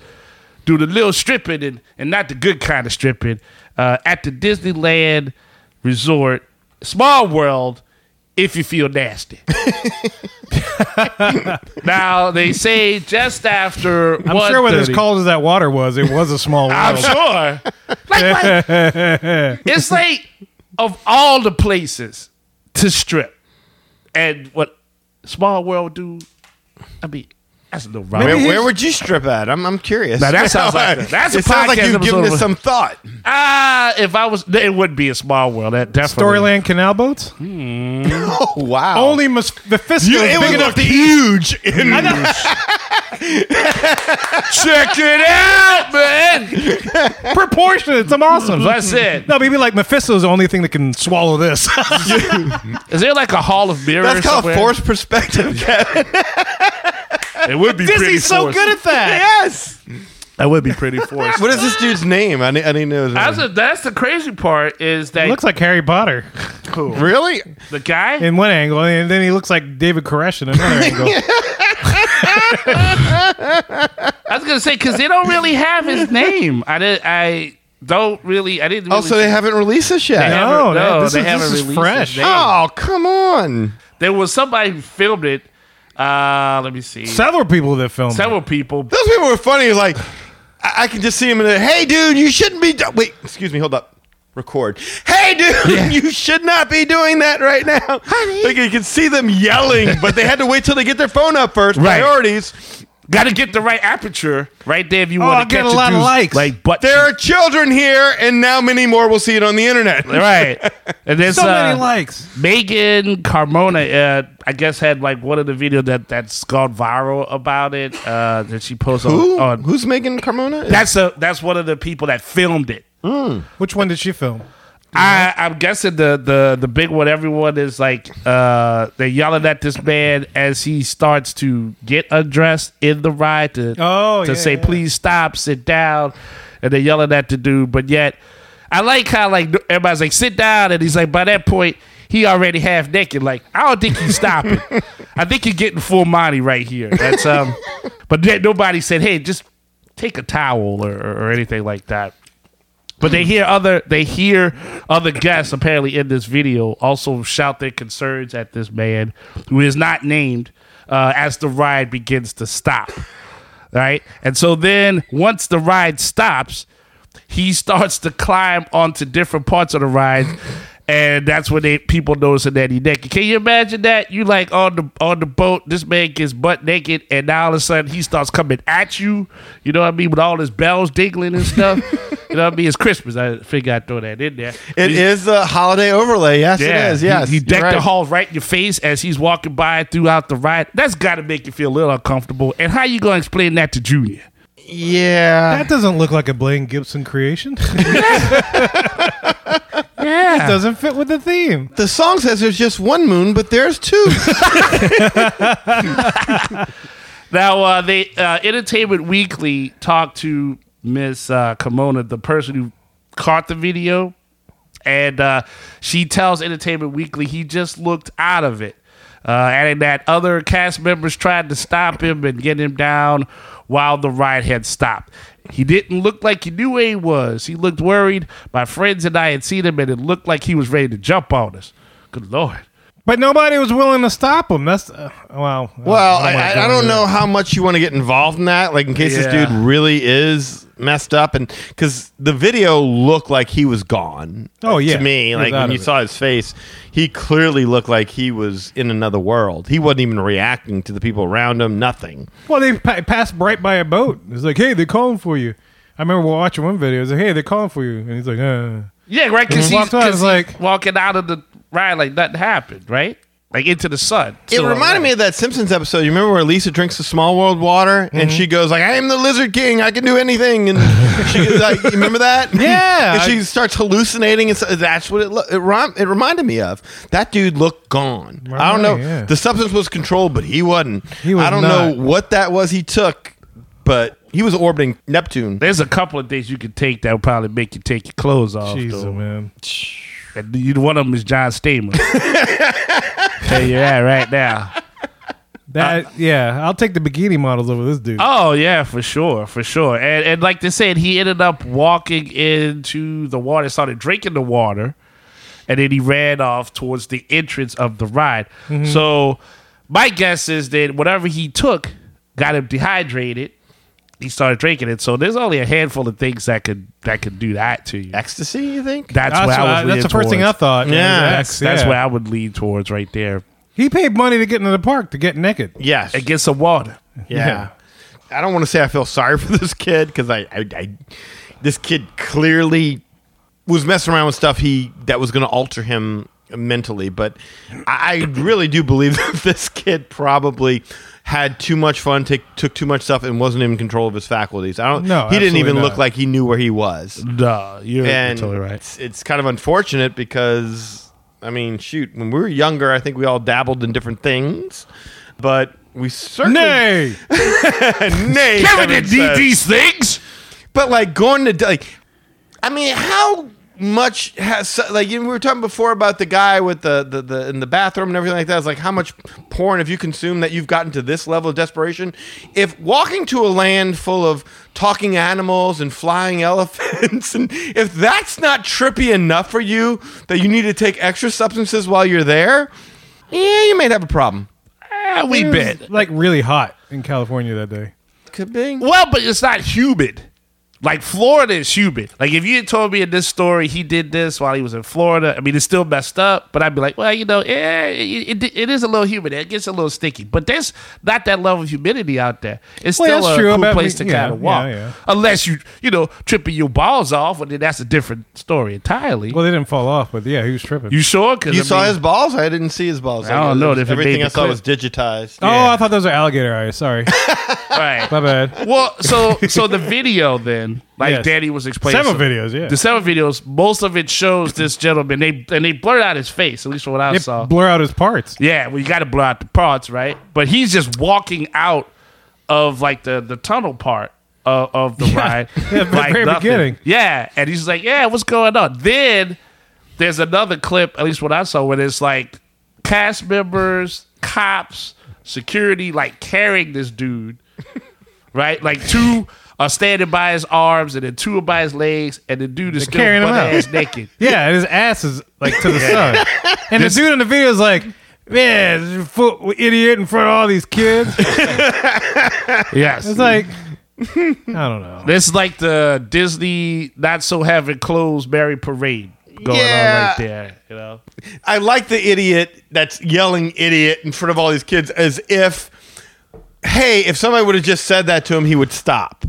S8: doing a little stripping and, and not the good kind of stripping uh, at the Disneyland Resort, Small World, if you
S2: *laughs*
S8: feel nasty. now, they say just after.
S2: I'm sure with as cold as that water was, it was a small world.
S8: I'm sure. Oh. *laughs* like, like, it's like of all the places to strip, and what small world do? I mean, that's a little wrong.
S3: Where, where would you strip at? I'm, I'm curious.
S8: Now, that sounds
S3: *laughs*
S8: like- that's a
S3: it sounds like
S8: podcast
S3: you've given
S8: episode.
S3: this some thought.
S8: Ah, if I was, it would be a small world. That definitely.
S2: Storyland canal boats?
S3: Oh, wow.
S2: Only mas- the fist
S3: you,
S2: is big
S3: it would
S2: enough
S3: look
S8: *laughs*
S3: huge. in-
S8: Check it out, man.
S2: to *laughs* proportionate. I'm awesome.
S8: That's it.
S2: No, maybe like Mephisto's the only thing that can swallow this. *laughs*
S8: Is there like a hall of mirrors?
S3: that's called
S8: somewhere?
S3: forced
S8: *laughs*
S3: perspective, Kevin.
S8: It would be pretty
S2: Disney's so
S8: forced.
S2: good at
S8: *laughs*
S2: that.
S3: yes.
S8: That would be pretty forced.
S3: What is this dude's name? I need, I need to know his name.
S8: That's, a, that's the crazy part is that
S2: It looks like Harry Potter
S3: really?
S8: the guy
S2: in one angle, and then he looks like David Koresh in another angle.
S8: I was gonna say because they don't really have his name. I did. I don't really. I didn't. Really
S3: Also, Oh, they haven't released this yet.
S8: They
S2: No,
S8: haven't-
S2: that-
S8: no,
S2: this
S8: they
S2: is- this
S8: haven't
S2: is
S8: released
S2: fresh.
S8: his name.
S3: Oh, come on.
S8: There was somebody who filmed it. Uh, let me see.
S2: Several people that filmed. it.
S8: Several people.
S3: Those people were funny. Like, I, I can just see him in there. Hey, dude, you shouldn't be. Do- Wait, excuse me. Hold up. Record. Hey, dude, *laughs* you should not be doing that right now. Like you can see them yelling, but they had to wait till they get their phone up first.
S8: Right.
S3: Priorities.
S8: Got to get the right aperture right there if you
S2: I'll
S8: want to
S2: Oh, get
S8: catch
S2: a lot of
S8: dude's,
S2: likes.
S8: Like, but
S3: There are children here, and now many more will see it on the internet.
S8: right. And there's
S2: *laughs* so many
S8: uh,
S2: likes.
S8: Megan Carmona, uh, I guess, had like one of the videos that that's gone viral about it uh, that she posted
S3: Who?
S8: on. on
S3: Who's Megan Carmona?
S8: that's a that's one of the people that filmed it.
S2: Which one did she film?
S8: I,
S2: Mm-hmm.
S8: I'm guessing the, the the big one. Everyone is like uh, they're yelling at this man as he starts to get undressed in the ride to
S2: Oh,
S8: to
S2: yeah,
S8: say
S2: yeah.
S8: please stop, sit down, and they're yelling at the dude. But yet, I like how like everybody's like sit down, and he's like by that point he already half naked. Like I don't think
S2: *laughs*
S8: he's stopping. I think you're getting full Monty right here. That's um, but then nobody said hey just take a towel or, or anything like that. But they hear other they hear other guests apparently in this video also shout their concerns at this man who is not named uh, as the ride begins to stop. Right? And so then once the ride stops, he starts to climb onto different parts of the ride. And that's when they people notice that he naked. Can you imagine that? You like on the on the boat, this man gets butt naked, and now all of a sudden he starts coming at you. You know what I mean? With all his bells dingling and
S3: *laughs*
S8: stuff. you know what I mean? It's Christmas. I figure I'd throw that in there.
S3: It is a holiday overlay. Yes, it is. Yes,
S8: He, he
S3: you're
S8: decked
S3: right.
S8: the hall right in your face as he's walking by throughout the ride. That's gotta make you feel a little uncomfortable. And how you gonna explain that to Junior?
S3: Yeah.
S2: That doesn't look like a Blaine Gibson creation. *laughs*
S8: Yeah.
S2: doesn't fit with the theme.
S3: the song says there's just one moon, but there's
S8: *laughs*
S3: two.
S8: Now, uh, they uh, Entertainment Weekly talked to Miss uh, Kimona, the person who caught the video, and uh, she tells Entertainment Weekly he just looked out of it, uh, adding that other cast members tried to stop him and get him down while the ride had stopped. He didn't look like he knew where he was. He looked worried. My friends and I had seen him, and it looked like he was ready to jump on us. Good lord.
S2: But nobody was willing to stop him. That's uh, well.
S3: Well,
S2: wanna
S3: I,
S2: go
S3: I, I don't
S2: into
S3: know
S2: that.
S3: how much you want to get involved in that. Like, in case this
S8: Yeah.
S3: dude really is messed up, and because the video looked like he was gone.
S2: Oh, yeah.
S3: to me,
S2: He was
S3: like
S2: out
S3: when
S2: of
S3: you
S2: it.
S3: saw his face, he clearly looked like he was in another world. He wasn't even reacting to the people around him. Nothing.
S2: Well, they pa- passed right by a boat. It's like, hey, they're calling for you. I remember watching one video. It's like, hey, they're calling for you, and he's like, uh.
S8: Yeah, right.
S2: Mhm.
S8: Because he's,
S2: Walked out,
S8: 'cause
S2: it's
S8: he's
S2: like-
S8: walking out of the ride like nothing happened, right? Like into the sun.
S3: It reminded me of that Simpsons episode. You remember where Lisa drinks the Small World water,
S2: Mm-hmm.
S3: and she goes like, "I am the Lizard King. I can do anything." And she like, you remember
S2: *laughs*
S3: that?
S2: Yeah.
S3: and she starts hallucinating, and so that's what it lo- it, rhyme, it reminded me of. That dude looked gone. I don't know.
S2: Right, yeah.
S3: The substance was controlled, but he wasn't.
S2: He was
S3: I don't
S2: not.
S3: know what that was. He took, but he was orbiting Neptune.
S8: There's a couple of things you could take that would probably make you take your clothes off.
S2: Jesus,
S8: though.
S2: man.
S8: And you, one of them is John Stamos. Tell you that right now.
S2: That yeah, I'll take the bikini models over this dude.
S8: uh, Oh yeah, for sure, for sure. And and like they said, he ended up walking into the water, started drinking the water, and then he ran off towards the entrance of the ride.
S2: Mm-hmm.
S8: So my guess is that whatever he took got him dehydrated. He started drinking it. So there's only a handful of things that could that could do that to you.
S3: Ecstasy, you think?
S8: That's,
S2: that's what
S8: where
S2: I-
S8: I was
S2: that's
S8: leaning
S2: the first thing I
S8: towards.
S2: thought.
S3: Yeah,
S8: That's, that's where I would lean towards right there.
S2: he paid money to get into the park to get naked.
S3: yes.
S8: And get some water.
S3: Yeah. I don't want to say I feel sorry for *laughs* this kid because I, I, I, this kid clearly was messing around with stuff he that was going to alter him mentally. But I, I really do believe *laughs* that this kid probably had too much fun, take, took too much stuff, and wasn't in control of his faculties. I don't.
S2: No,
S3: he didn't
S2: absolutely
S3: even
S2: not.
S3: look like he knew where he was.
S8: Duh, you're, you're
S3: And
S8: totally right.
S3: it's, it's kind of unfortunate because I mean, shoot, when we were younger, I think we all dabbled in different things, but. We
S2: *laughs*
S3: certainly
S8: *laughs*
S2: Nay,
S3: Nay,
S8: Kevin
S3: Kevin
S8: didn't need
S3: says.
S8: these things.
S3: But like going to like, I mean, how much has like you- we were talking before about the guy with the, the the in the bathroom and everything like that. It's like how much porn have you consumed that you've gotten to this level of desperation? If walking to a land full of talking animals and flying *laughs* elephants, and if that's not trippy enough for you that you need to take extra substances while you're there, yeah, you may have a problem.
S8: Eh, we
S2: It
S8: bit.
S2: was, like really hot in California that day.
S3: Could be.
S8: Well, but it's not humid. Like Florida is humid. Like if you had told me in this story he did this while he was in Florida, I mean it's still messed up. But I'd be like, well, you know, eh, it, it, it is a little humid. It gets a little sticky. But there's not that level of humidity out there. It's
S2: Well,
S8: still
S2: that's
S8: a
S2: true,
S8: cool
S2: but I
S8: place
S2: mean,
S8: to
S2: yeah,
S8: kind of walk,
S2: yeah, yeah.
S8: unless you you know tripping your balls off. Well, then that's a different story entirely.
S2: Well, they didn't fall off, but yeah, he was tripping.
S8: you sure? 'Cause,
S3: You
S8: I
S3: saw
S8: mean-
S3: his balls? I didn't see his balls.
S8: I don't know if it
S3: everything
S8: made
S3: I
S8: the
S3: saw
S8: clip.
S3: was digitized.
S2: oh, I thought those were alligator eyes.
S8: *laughs*
S2: Sorry,
S8: right.
S2: *laughs* my bad.
S8: Well, so so
S2: *laughs*
S8: the video then, like
S2: Yes.
S8: Danny was explaining,
S2: Several
S8: so
S2: videos, yeah.
S8: the several videos, most of it shows this gentleman. They and they blurred out his face, at least from what I
S2: They
S8: saw.
S2: blur out his parts.
S8: yeah, well, you got to blur out the parts, right? But he's just walking out of like the the tunnel part of, of the ride,
S2: *laughs* Yeah, at the
S8: like
S2: very
S8: nothing.
S2: beginning.
S8: Yeah, and he's like, "Yeah, what's going on?" Then there's another clip, at least what I saw, where it's like cast members, cops, security, like carrying this
S2: *laughs*
S8: dude, right? Like two are standing by his arms, and then two are by his legs, and the dude is still
S2: carrying him
S8: butt
S2: out. *laughs*
S8: ass naked.
S2: Yeah, and his ass is like to the sun.
S3: *laughs*
S2: And the dude in the video is like, "Man, this is fool- idiot in front of all these kids." It's
S8: Yes,
S2: like, *laughs* I don't know.
S8: This is like the Disney not so having clothes Mary parade going
S3: Yeah.
S8: on right there. You know,
S3: I like the idiot that's yelling idiot in front of all these kids as if, hey, if somebody would have just said that to him, he would stop.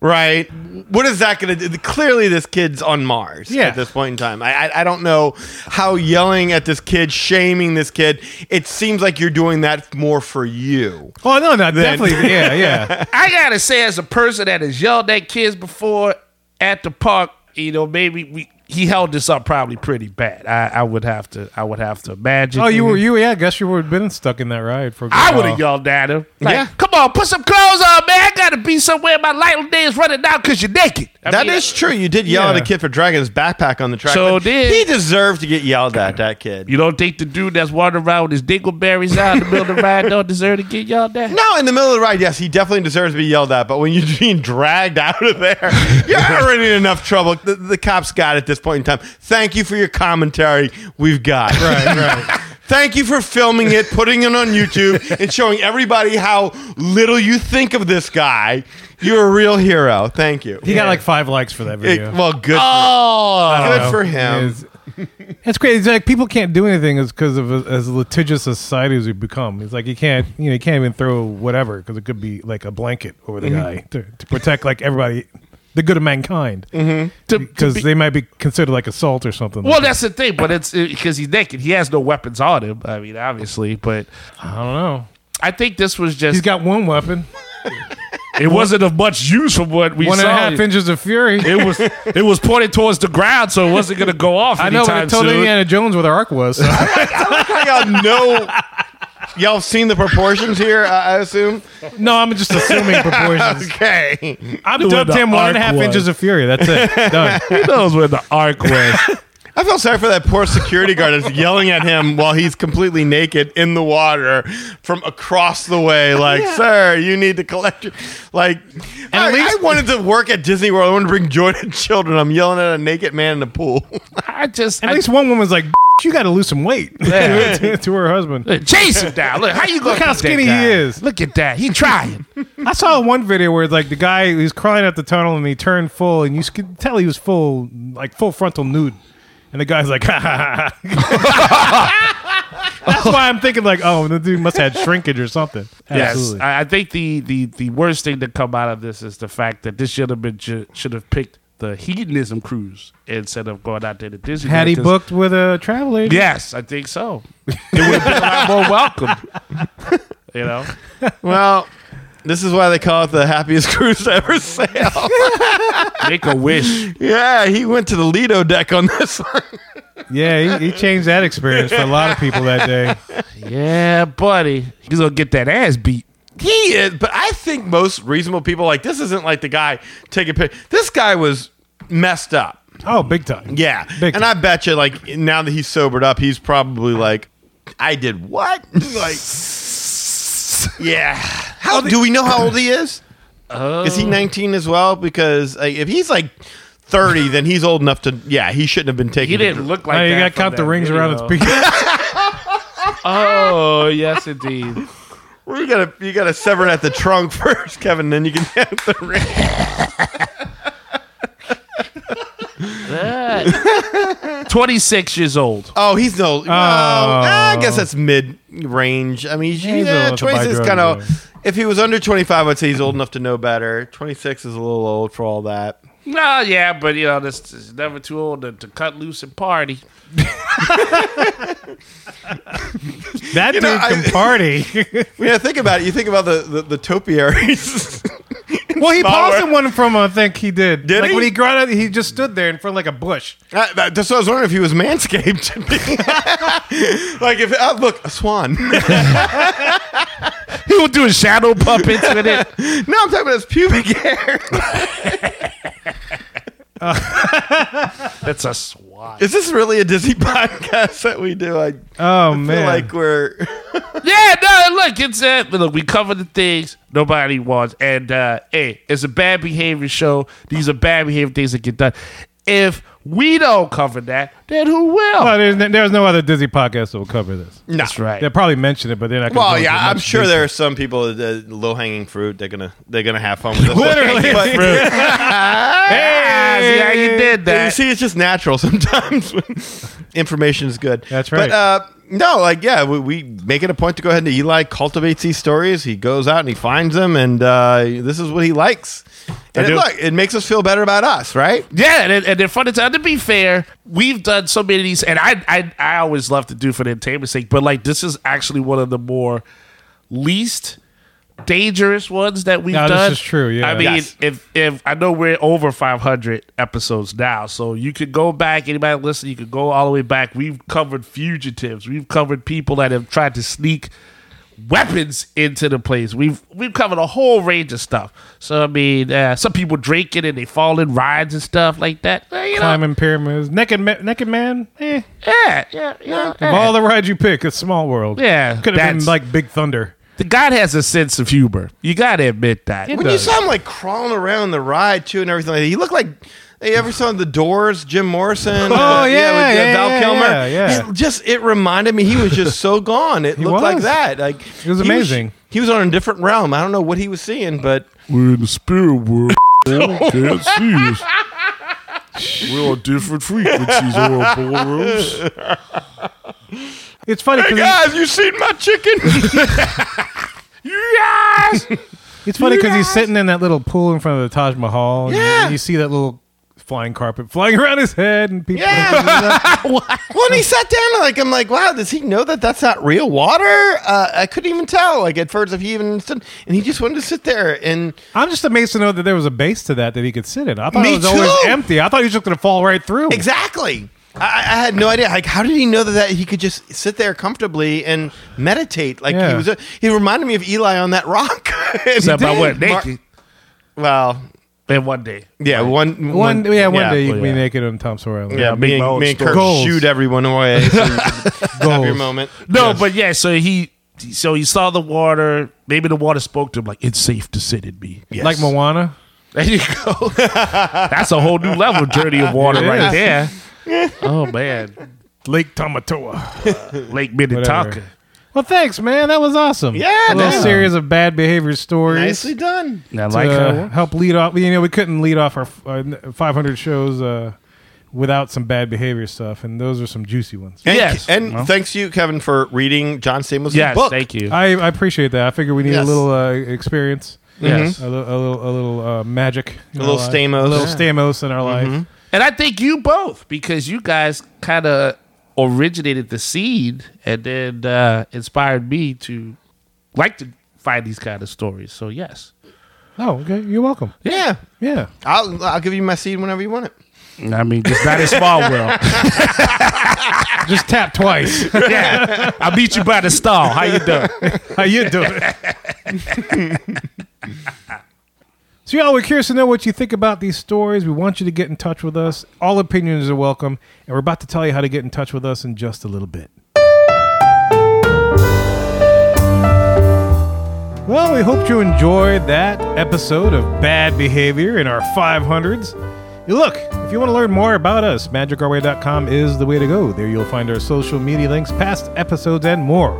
S3: Right? What is that going to do? Clearly, this kid's on Mars
S2: Yeah.
S3: at this point in time. I, I I don't know how yelling at this kid, shaming this kid. It seems like you're doing that more for you.
S2: Oh no, no, definitely, yeah,
S3: *laughs*
S2: yeah.
S8: *laughs* I gotta say, as a person that has yelled at kids before at the park, you know, maybe we he held this up probably pretty bad. I, I would have to, I would have to imagine.
S2: Oh, you were Oh. you? Yeah, I guess you would have been stuck in that ride for. a good
S8: I would have
S2: while.
S8: yelled at him. Like,
S3: Yeah.
S8: Come on, put some clothes on, man. I gotta be somewhere. My light day is running down because you're naked. I
S3: That is
S8: mean,
S3: true. You did yell at
S2: Yeah.
S3: a kid for dragging his backpack on the track.
S8: So
S3: but
S8: did-
S3: He deserved to get yelled at, that kid.
S8: You don't think the dude that's wandering around with his dingleberries out in the middle of the ride don't deserve to get yelled *laughs* at?
S3: No, in the middle of the ride, yes, he definitely deserves to be yelled at. But when you're *laughs* being dragged out of there, *laughs* you're already in enough trouble. The, the cops got at this point in time. Thank you for your commentary. We've got right, right. *laughs* Thank you for filming it, putting it on YouTube, and showing everybody how little you think of this guy. You're a real hero. Thank you.
S2: He got like five likes for that
S3: It-
S2: video.
S3: well, good. for,
S8: Oh,
S2: I don't
S3: good
S2: know.
S3: for him.
S2: It's, it's crazy. It's like people can't do anything because of as, as litigious a society as we become. It's like you can't, you know, you can't even throw whatever because it could be like a blanket over
S3: Mm-hmm.
S2: the guy to, to protect like everybody, the good of mankind,
S3: Mm-hmm.
S8: to- to
S2: because
S8: be-
S2: they might be considered like assault or something.
S8: Well,
S2: like
S8: that's the thing, but it's because he's naked. He has no weapons on him. I mean, obviously, but
S2: that. I don't know.
S8: I think this was just.
S2: He's got one weapon,
S8: it wasn't of much use from what we
S2: one and a
S8: saw.
S2: half inches of fury.
S8: It was it was pointed towards the ground, so it wasn't going to go
S2: *laughs*
S8: off
S2: I know, but
S8: anytime
S2: it told
S8: soon.
S2: Indiana Jones where the ark was. so-
S8: *laughs*
S3: y'all know. Y'all seen the proportions here, I I assume.
S2: no, I'm just
S8: *laughs*
S2: assuming proportions.
S3: *laughs* Okay.
S2: I'm dubbed
S8: the
S2: him one and a
S8: ark
S2: half
S8: was.
S2: inches of fury. That's
S8: *laughs*
S2: it. Done.
S8: Who knows where the
S2: *laughs*
S8: arc was?
S3: I feel sorry for that poor security guard *laughs* that's yelling at him while he's completely naked in the water from across the way. Like, sir, you need to collect your. Like, I, I wanted to work at Disney World. I wanted to bring joy to children. I'm yelling at a naked man in the pool. *laughs*
S8: I just
S2: At
S8: I,
S2: least one woman's like, "B- "You got to lose some weight." *laughs* to, to her husband.
S8: *laughs* chase him down. Look how you gonna
S2: Look how
S8: beat that
S2: skinny he
S8: guy?
S2: is.
S8: Look at that.
S2: *laughs*
S8: He trying.
S2: I saw one video where like the guy he was crawling out the tunnel and he turned full, and you could tell he was full, like full frontal nude. And the guy's like, *laughs* ha, ha, ha, ha." That's why I'm thinking like, oh, the dude must have had shrinkage or something.
S8: Yes, I, I think the, the the worst thing to come out of this is the fact that this gentleman ju- should have picked the hedonism cruise instead of going out there to Disney.
S2: Had he
S8: because-
S2: booked with a travel agent?
S8: Yes, I think so. It would have been a lot more welcome. You know,
S3: well, this is why they call it the happiest *laughs* cruise to ever sail.
S8: make a wish.
S3: *laughs* yeah, he went to the Lido deck on this *laughs* one.
S2: Yeah, he, he changed that experience for a lot of people that day.
S8: Yeah, buddy, he's gonna get that ass beat.
S3: He is, but I think most reasonable people like this isn't like the guy taking pic. This guy was messed up.
S2: Oh, big time.
S3: Yeah.
S2: Big
S3: and I bet you, like, now that he's sobered up, he's probably like, I did what? *laughs* like, yeah. How do we know how old he is? Is he 19 as well? Because like, if he's like 30, then he's old enough to, yeah, he shouldn't have been taking
S8: He didn't look like
S2: Now Oh, you got to
S8: that from
S2: count the
S8: that
S2: rings around its
S8: video.
S2: peak.
S3: *laughs*
S8: Oh, yes, indeed. *laughs*
S3: We gotta, you gotta sever it at the trunk *laughs* first, Kevin, then you can *laughs* have the ring.
S8: *laughs* Twenty six years old.
S3: Oh, he's no. well, I guess that's mid range. I mean, he's,
S2: he's old
S3: yeah,
S2: enough to buy
S3: 26
S2: drugs,
S3: kind
S2: yeah.
S3: of. If he was under 25, I'd say he's old enough to know better. 26 is a little old for all that.
S8: No, yeah, but you know, this is never too old to, to cut loose and party.
S2: That dude
S3: know,
S2: can
S3: I- *laughs*
S2: party.
S3: When you think about it, you think about the, the, the topiaries. *laughs*
S2: well, he
S3: Smaller.
S2: paused in one from, I think he did.
S3: Did
S2: like
S3: he?
S2: when he got out, he just stood there in front of like a bush.
S3: Uh, that- That's what I was wondering if he was manscaped. *laughs* like, if, uh, look, a swan. *laughs* no,
S8: He was doing shadow puppets with it.
S3: I'm talking about his pubic hair.
S8: *laughs*
S3: *laughs*
S8: That's a swat.
S3: is this really a Disney podcast that we do? I
S2: Oh
S3: feel
S2: man.
S3: like we're. *laughs*
S8: Yeah, no, look, it's uh, look, we cover the things nobody wants, and uh, hey, it's a bad behavior show. These are bad behavior things that get done. If we don't cover that, then who will?
S2: Oh, there's, there's no other Disney podcast that will cover this.
S8: That's right.
S2: They'll probably mention it, but they're not. gonna go
S3: Well,
S2: into
S3: yeah, I'm
S2: much
S3: sure
S2: detail.
S3: there are some people that low hanging fruit. They're gonna they're gonna have
S2: *laughs*
S3: fun with this.
S2: Literally.
S3: but, *laughs*
S8: Ah, see how you did
S3: but you
S8: that.
S3: see, it's just natural *laughs* sometimes. when information is good.
S2: That's
S3: But
S2: right.
S3: uh, no, like yeah, we, we make it a point to go ahead and Eli cultivates these stories. He goes out and he finds them, and uh, this is what he likes. And it,
S2: do.
S3: look, it makes us feel better about us, right?
S8: Yeah, and, and they're fun to tell. To be fair, we've done so many of these, and I, I, I always love to do for the entertainment's sake. But like, this is actually one of the more least dangerous ones that we've
S2: No, this
S8: done.
S2: is true, yeah.
S8: I mean,
S3: Yes.
S8: if if I know we're over 500 episodes now, so you could go back. Anybody listen, you could go all the way back. We've covered fugitives. We've covered people that have tried to sneak weapons into the place. We've we've covered a whole range of stuff. So I mean, uh, some people drinking and they fall in rides and stuff like that. Uh, you know,
S2: climbing pyramids. Naked, ma- naked man. Eh.
S8: yeah, yeah, you know,
S2: Of
S8: yeah.
S2: all the rides you pick, it's Small World.
S8: Yeah,
S2: could have been
S8: that's-
S2: like Big Thunder.
S8: the God has a sense of humor. You gotta admit that.
S3: When you saw him like crawling around the ride too and everything, like that, he looked like. You ever saw The Doors, Jim Morrison? Oh
S2: yeah, yeah,
S3: Val
S2: yeah,
S3: Kilmer.
S2: yeah, yeah.
S3: It just it reminded me he was just so gone.
S2: *laughs*
S3: It looked like
S2: was.
S3: that. Like
S2: It was
S3: he
S2: amazing.
S3: he was on a different realm. I don't know what he was seeing, but
S8: We're in the spirit *laughs* world. can't see us. *laughs* We're on different frequencies on our ballrooms.
S2: It's funny. 'cause he-
S3: guys, you seen my chicken?
S8: *laughs* Yes!
S2: It's funny because he's sitting in that little pool in front of the Taj Mahal. And
S3: Yeah.
S2: You, you see that little flying carpet flying *laughs* around his head, and people. *laughs*
S3: *laughs* yeah. well, and he sat down. Like I'm like, wow, does he know that that's not real water? Uh, I couldn't even tell. Like at first, if he even stood, and he just wanted to sit there and.
S2: I'm just amazed to know that there was a base to that that he could sit in. I thought
S3: Me
S2: it was always
S3: too.
S2: empty. I thought he was just going to fall right through.
S3: Exactly. I, I had no idea. Like, how did he know that, that he could just sit there comfortably and meditate? Like
S2: Yeah.
S3: he was. A, he reminded me of Eli on that rock. *laughs*
S8: Except I went
S3: Mar-
S8: naked.
S3: well,
S8: And one day.
S3: yeah, one,
S2: One, yeah, one day you
S8: well,
S2: can be
S8: yeah.
S2: naked on Tom Sawyer Island.
S3: Yeah,
S8: Yeah,
S3: me,
S8: big
S3: and-
S8: old
S3: me and
S8: store.
S3: Kurt
S2: Goals.
S3: shoot everyone away. So you can have your
S2: Goals.
S3: moment.
S8: No,
S3: Yes.
S8: but yeah, so he so he saw the water. Maybe the water spoke to him like it's safe to sit in me. Yeah.
S2: Like Moana.
S8: There you go. *laughs* That's a whole new level journey of water
S2: It
S8: right there. Oh man.
S2: Lake Tamatoa.
S8: Lake Minnetonka.
S2: Whatever. Well, thanks, man. That was awesome.
S3: Yeah,
S2: a little
S3: thanks.
S2: series of bad behavior stories.
S3: nicely done.
S8: And I
S2: to,
S8: like
S2: uh,
S8: her.
S2: help lead off. You know, we couldn't lead off our uh, 500 shows uh, without some bad behavior stuff, and those are some juicy ones.
S3: And,
S8: Yes.
S3: and
S8: Well.
S3: thanks to you, Kevin, for reading John Stamos'
S8: Yes,
S3: book.
S8: thank you.
S2: I, I appreciate that. I figure we need
S3: Yes.
S2: a little uh, experience,
S8: yes.
S2: a little a little, a little uh, magic, in
S3: A
S2: our
S3: little
S2: life.
S3: Stamos.
S2: a little
S3: Yeah. Mm-hmm.
S2: Stamos in our life.
S8: And I think you both, because you guys kind of originated the seed and then uh, inspired me to like to find these kind of stories. So, yes.
S2: Oh, okay. You're welcome.
S3: Yeah,
S2: Yeah.
S3: I'll I'll give you my seed whenever you want it.
S8: I mean, just not in small world.
S2: Just tap
S3: *laughs*
S2: twice.
S8: yeah. I beat you by the stall. How you doing?
S2: How you doing? *laughs* So, y'all, we're curious to know what you think about these stories. We want you to get in touch with us. All opinions are welcome, and we're about to tell you how to get in touch with us in just a little bit. Well, we hope you enjoyed that episode of Bad Behavior in our 500s. You Look, if you want to learn more about us, magicourway.com is the way to go. There you'll find our social media links, past episodes, and more.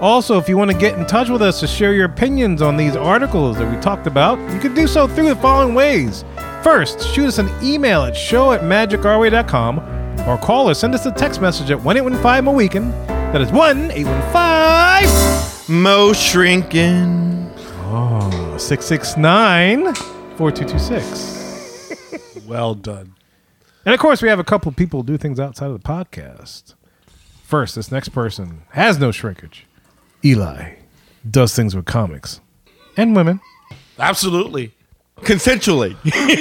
S2: Also, if you want to get in touch with us to share your opinions on these articles that we talked about, you can do so through the following ways. First, shoot us an email at show at magicourway.com or call or send us a text message at 1 815 Moweekend. E That is 1 815
S9: Mo shrinking.
S2: 669 4226.
S8: Well done.
S2: And of course, we have a couple people do things outside of the podcast. First, this next person has no shrinkage. Eli does things with comics and women.
S8: Absolutely.
S9: Consensually.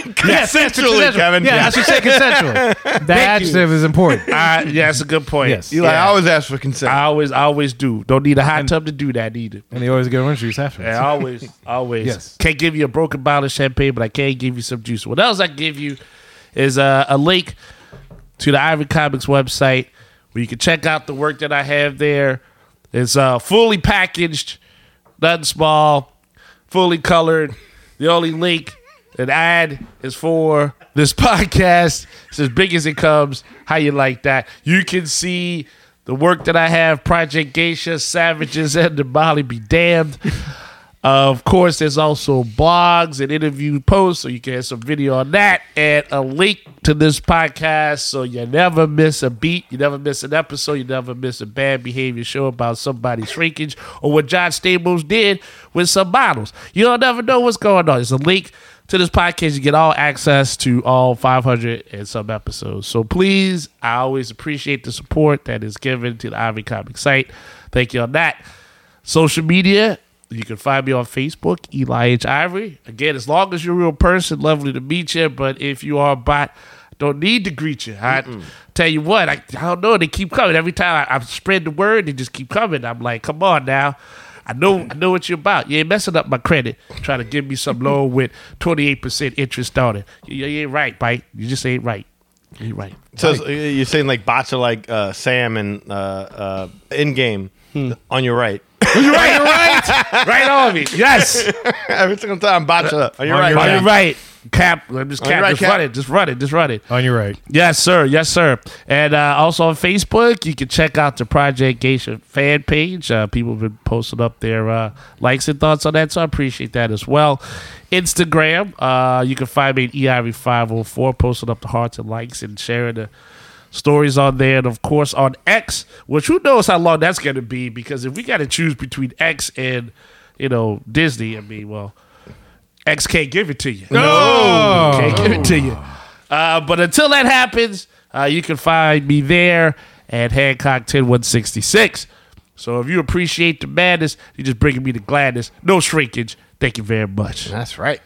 S9: *laughs*
S2: Consensually,
S9: Kevin.
S2: Yeah,
S9: Yeah.
S2: I should say consensually. That shit is important.
S8: Uh, yeah, that's a good point.
S2: Yes.
S9: Eli,
S8: Yeah.
S9: I always ask for consent.
S8: I always, I always do. Don't need a hot tub to do that either.
S2: And they always get orange juice afterwards.
S8: Yeah, I always, always.
S2: Yes.
S8: Can't give you a broken bottle of champagne, but I can give you some juice. What else I can give you is uh, a link to the Ivory Comics website where you can check out the work that I have there. It's uh, fully packaged, nothing small, fully colored. The only link an ad is for this *laughs* podcast. It's as big as it comes. How you like that? You can see the work that I have, Project Geisha, Savages, and the Molly Be Damned. Uh, of course, there's also blogs and interview posts, so you can have some video on that and a link to this podcast so you never miss a beat, you never miss an episode, you never miss a bad behavior show about somebody's shrinkage or what John Stamos did with some models. You'll never know what's going on. There's a link to this podcast. You get all access to all 500 and some episodes. So please, I always appreciate the support that is given to the Ivy Comic site. Thank you on that social media. You can find me on Facebook, Eli H. Ivory. Again, as long as you're a real person, lovely to meet you. But if you are a bot, don't need to greet you. I tell you what, I, I don't know. They keep coming. Every time I, I spread the word, they just keep coming. I'm like, come on now. I know I know what you're about. You ain't messing up my credit trying to give me *laughs* some loan with 28% interest on it. You, you ain't right, Bite. You just ain't right. You ain't right.
S9: So uh, you're saying like bots are like uh, Sam and uh, uh, in game
S8: Hmm.
S9: on your right.
S8: *laughs*
S9: *laughs*
S8: You're right, you're right. *laughs* Right on me. *laughs* Yes.
S9: Every single time, bots are on your
S3: Oh,
S8: You're
S9: right.
S8: Uh, right. Oh, You're right. Cap, just
S9: On your
S8: cap,
S9: right,
S8: just
S9: Cap.
S8: run it, just run it, just run it.
S2: On your right.
S8: Yes, sir. Yes, sir. And uh, also on Facebook, you can check out the Project Geisha fan page. Uh, people have been posting up their uh, likes and thoughts on that, so I appreciate that as well. Instagram, uh, you can find me at eiv504, posting up the hearts and likes and sharing the stories on there. And of course on X, which who knows how long that's going to be because if we got to choose between X and, you know, Disney, I mean, well, X can't give it to you.
S2: Oh!
S8: Can't give it to you. Uh, but until that happens, uh, you can find me there at Hancock 10166. So if you appreciate the madness, you're just bringing me the gladness. No shrinkage. Thank you very much.
S3: That's right.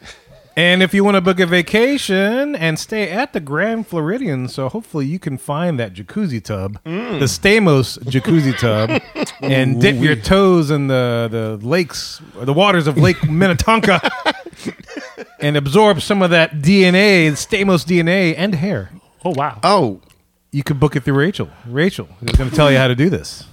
S2: And if you want to book a vacation and stay at the Grand Floridian, so hopefully you can find that jacuzzi tub, the Stamos jacuzzi tub, and dip your toes in the, the lakes, or the waters of Lake Minnetonka, and absorb some of that DNA, Stamos DNA, and hair.
S8: Oh, wow.
S9: Oh,
S2: You can book it through Rachel. Rachel is going to tell you how to do this.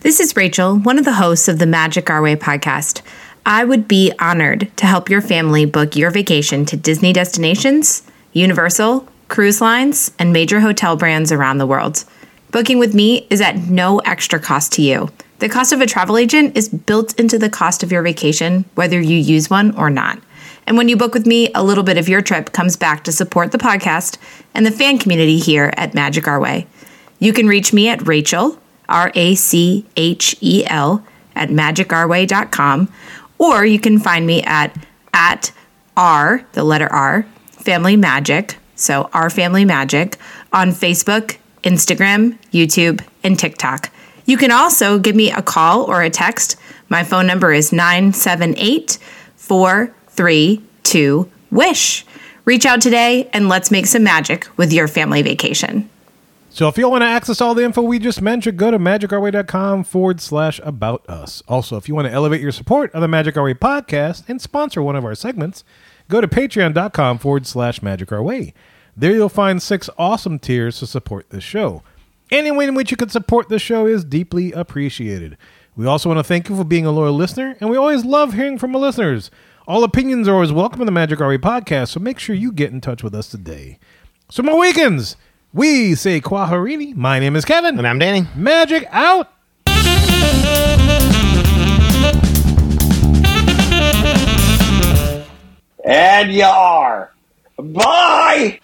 S10: This is Rachel, one of the hosts of the Magic Our Way podcast. I would be honored to help your family book your vacation to Disney destinations, Universal, cruise lines, and major hotel brands around the world. Booking with me is at no extra cost to you. The cost of a travel agent is built into the cost of your vacation, whether you use one or not. And when you book with me, a little bit of your trip comes back to support the podcast and the fan community here at Magic Our Way. You can reach me at Rachel, R A C H E L, at magicourway.com, or you can find me at at R, the letter R, Family Magic, so Our Family Magic, on Facebook, Instagram, YouTube, and TikTok. You can also give me a call or a text. My phone number is 978 432 WISH. Reach out today and let's make some magic with your family vacation.
S2: So if you want to access all the info we just mentioned, go to magicourway.com forward slash about us. Also, if you want to elevate your support of the Magic Our Way podcast and sponsor one of our segments, go to patreon.com forward slash magic our way. There you'll find six awesome tiers to support this show. Any way in which you can support the show is deeply appreciated. We also want to thank you for being a loyal listener, and we always love hearing from our listeners. All opinions are always welcome in the Magic RE podcast, so make sure you get in touch with us today. So, more weekends, we say Quaharini. My name is Kevin. And
S9: I'm Danny.
S2: Magic out.
S11: And you are. Bye!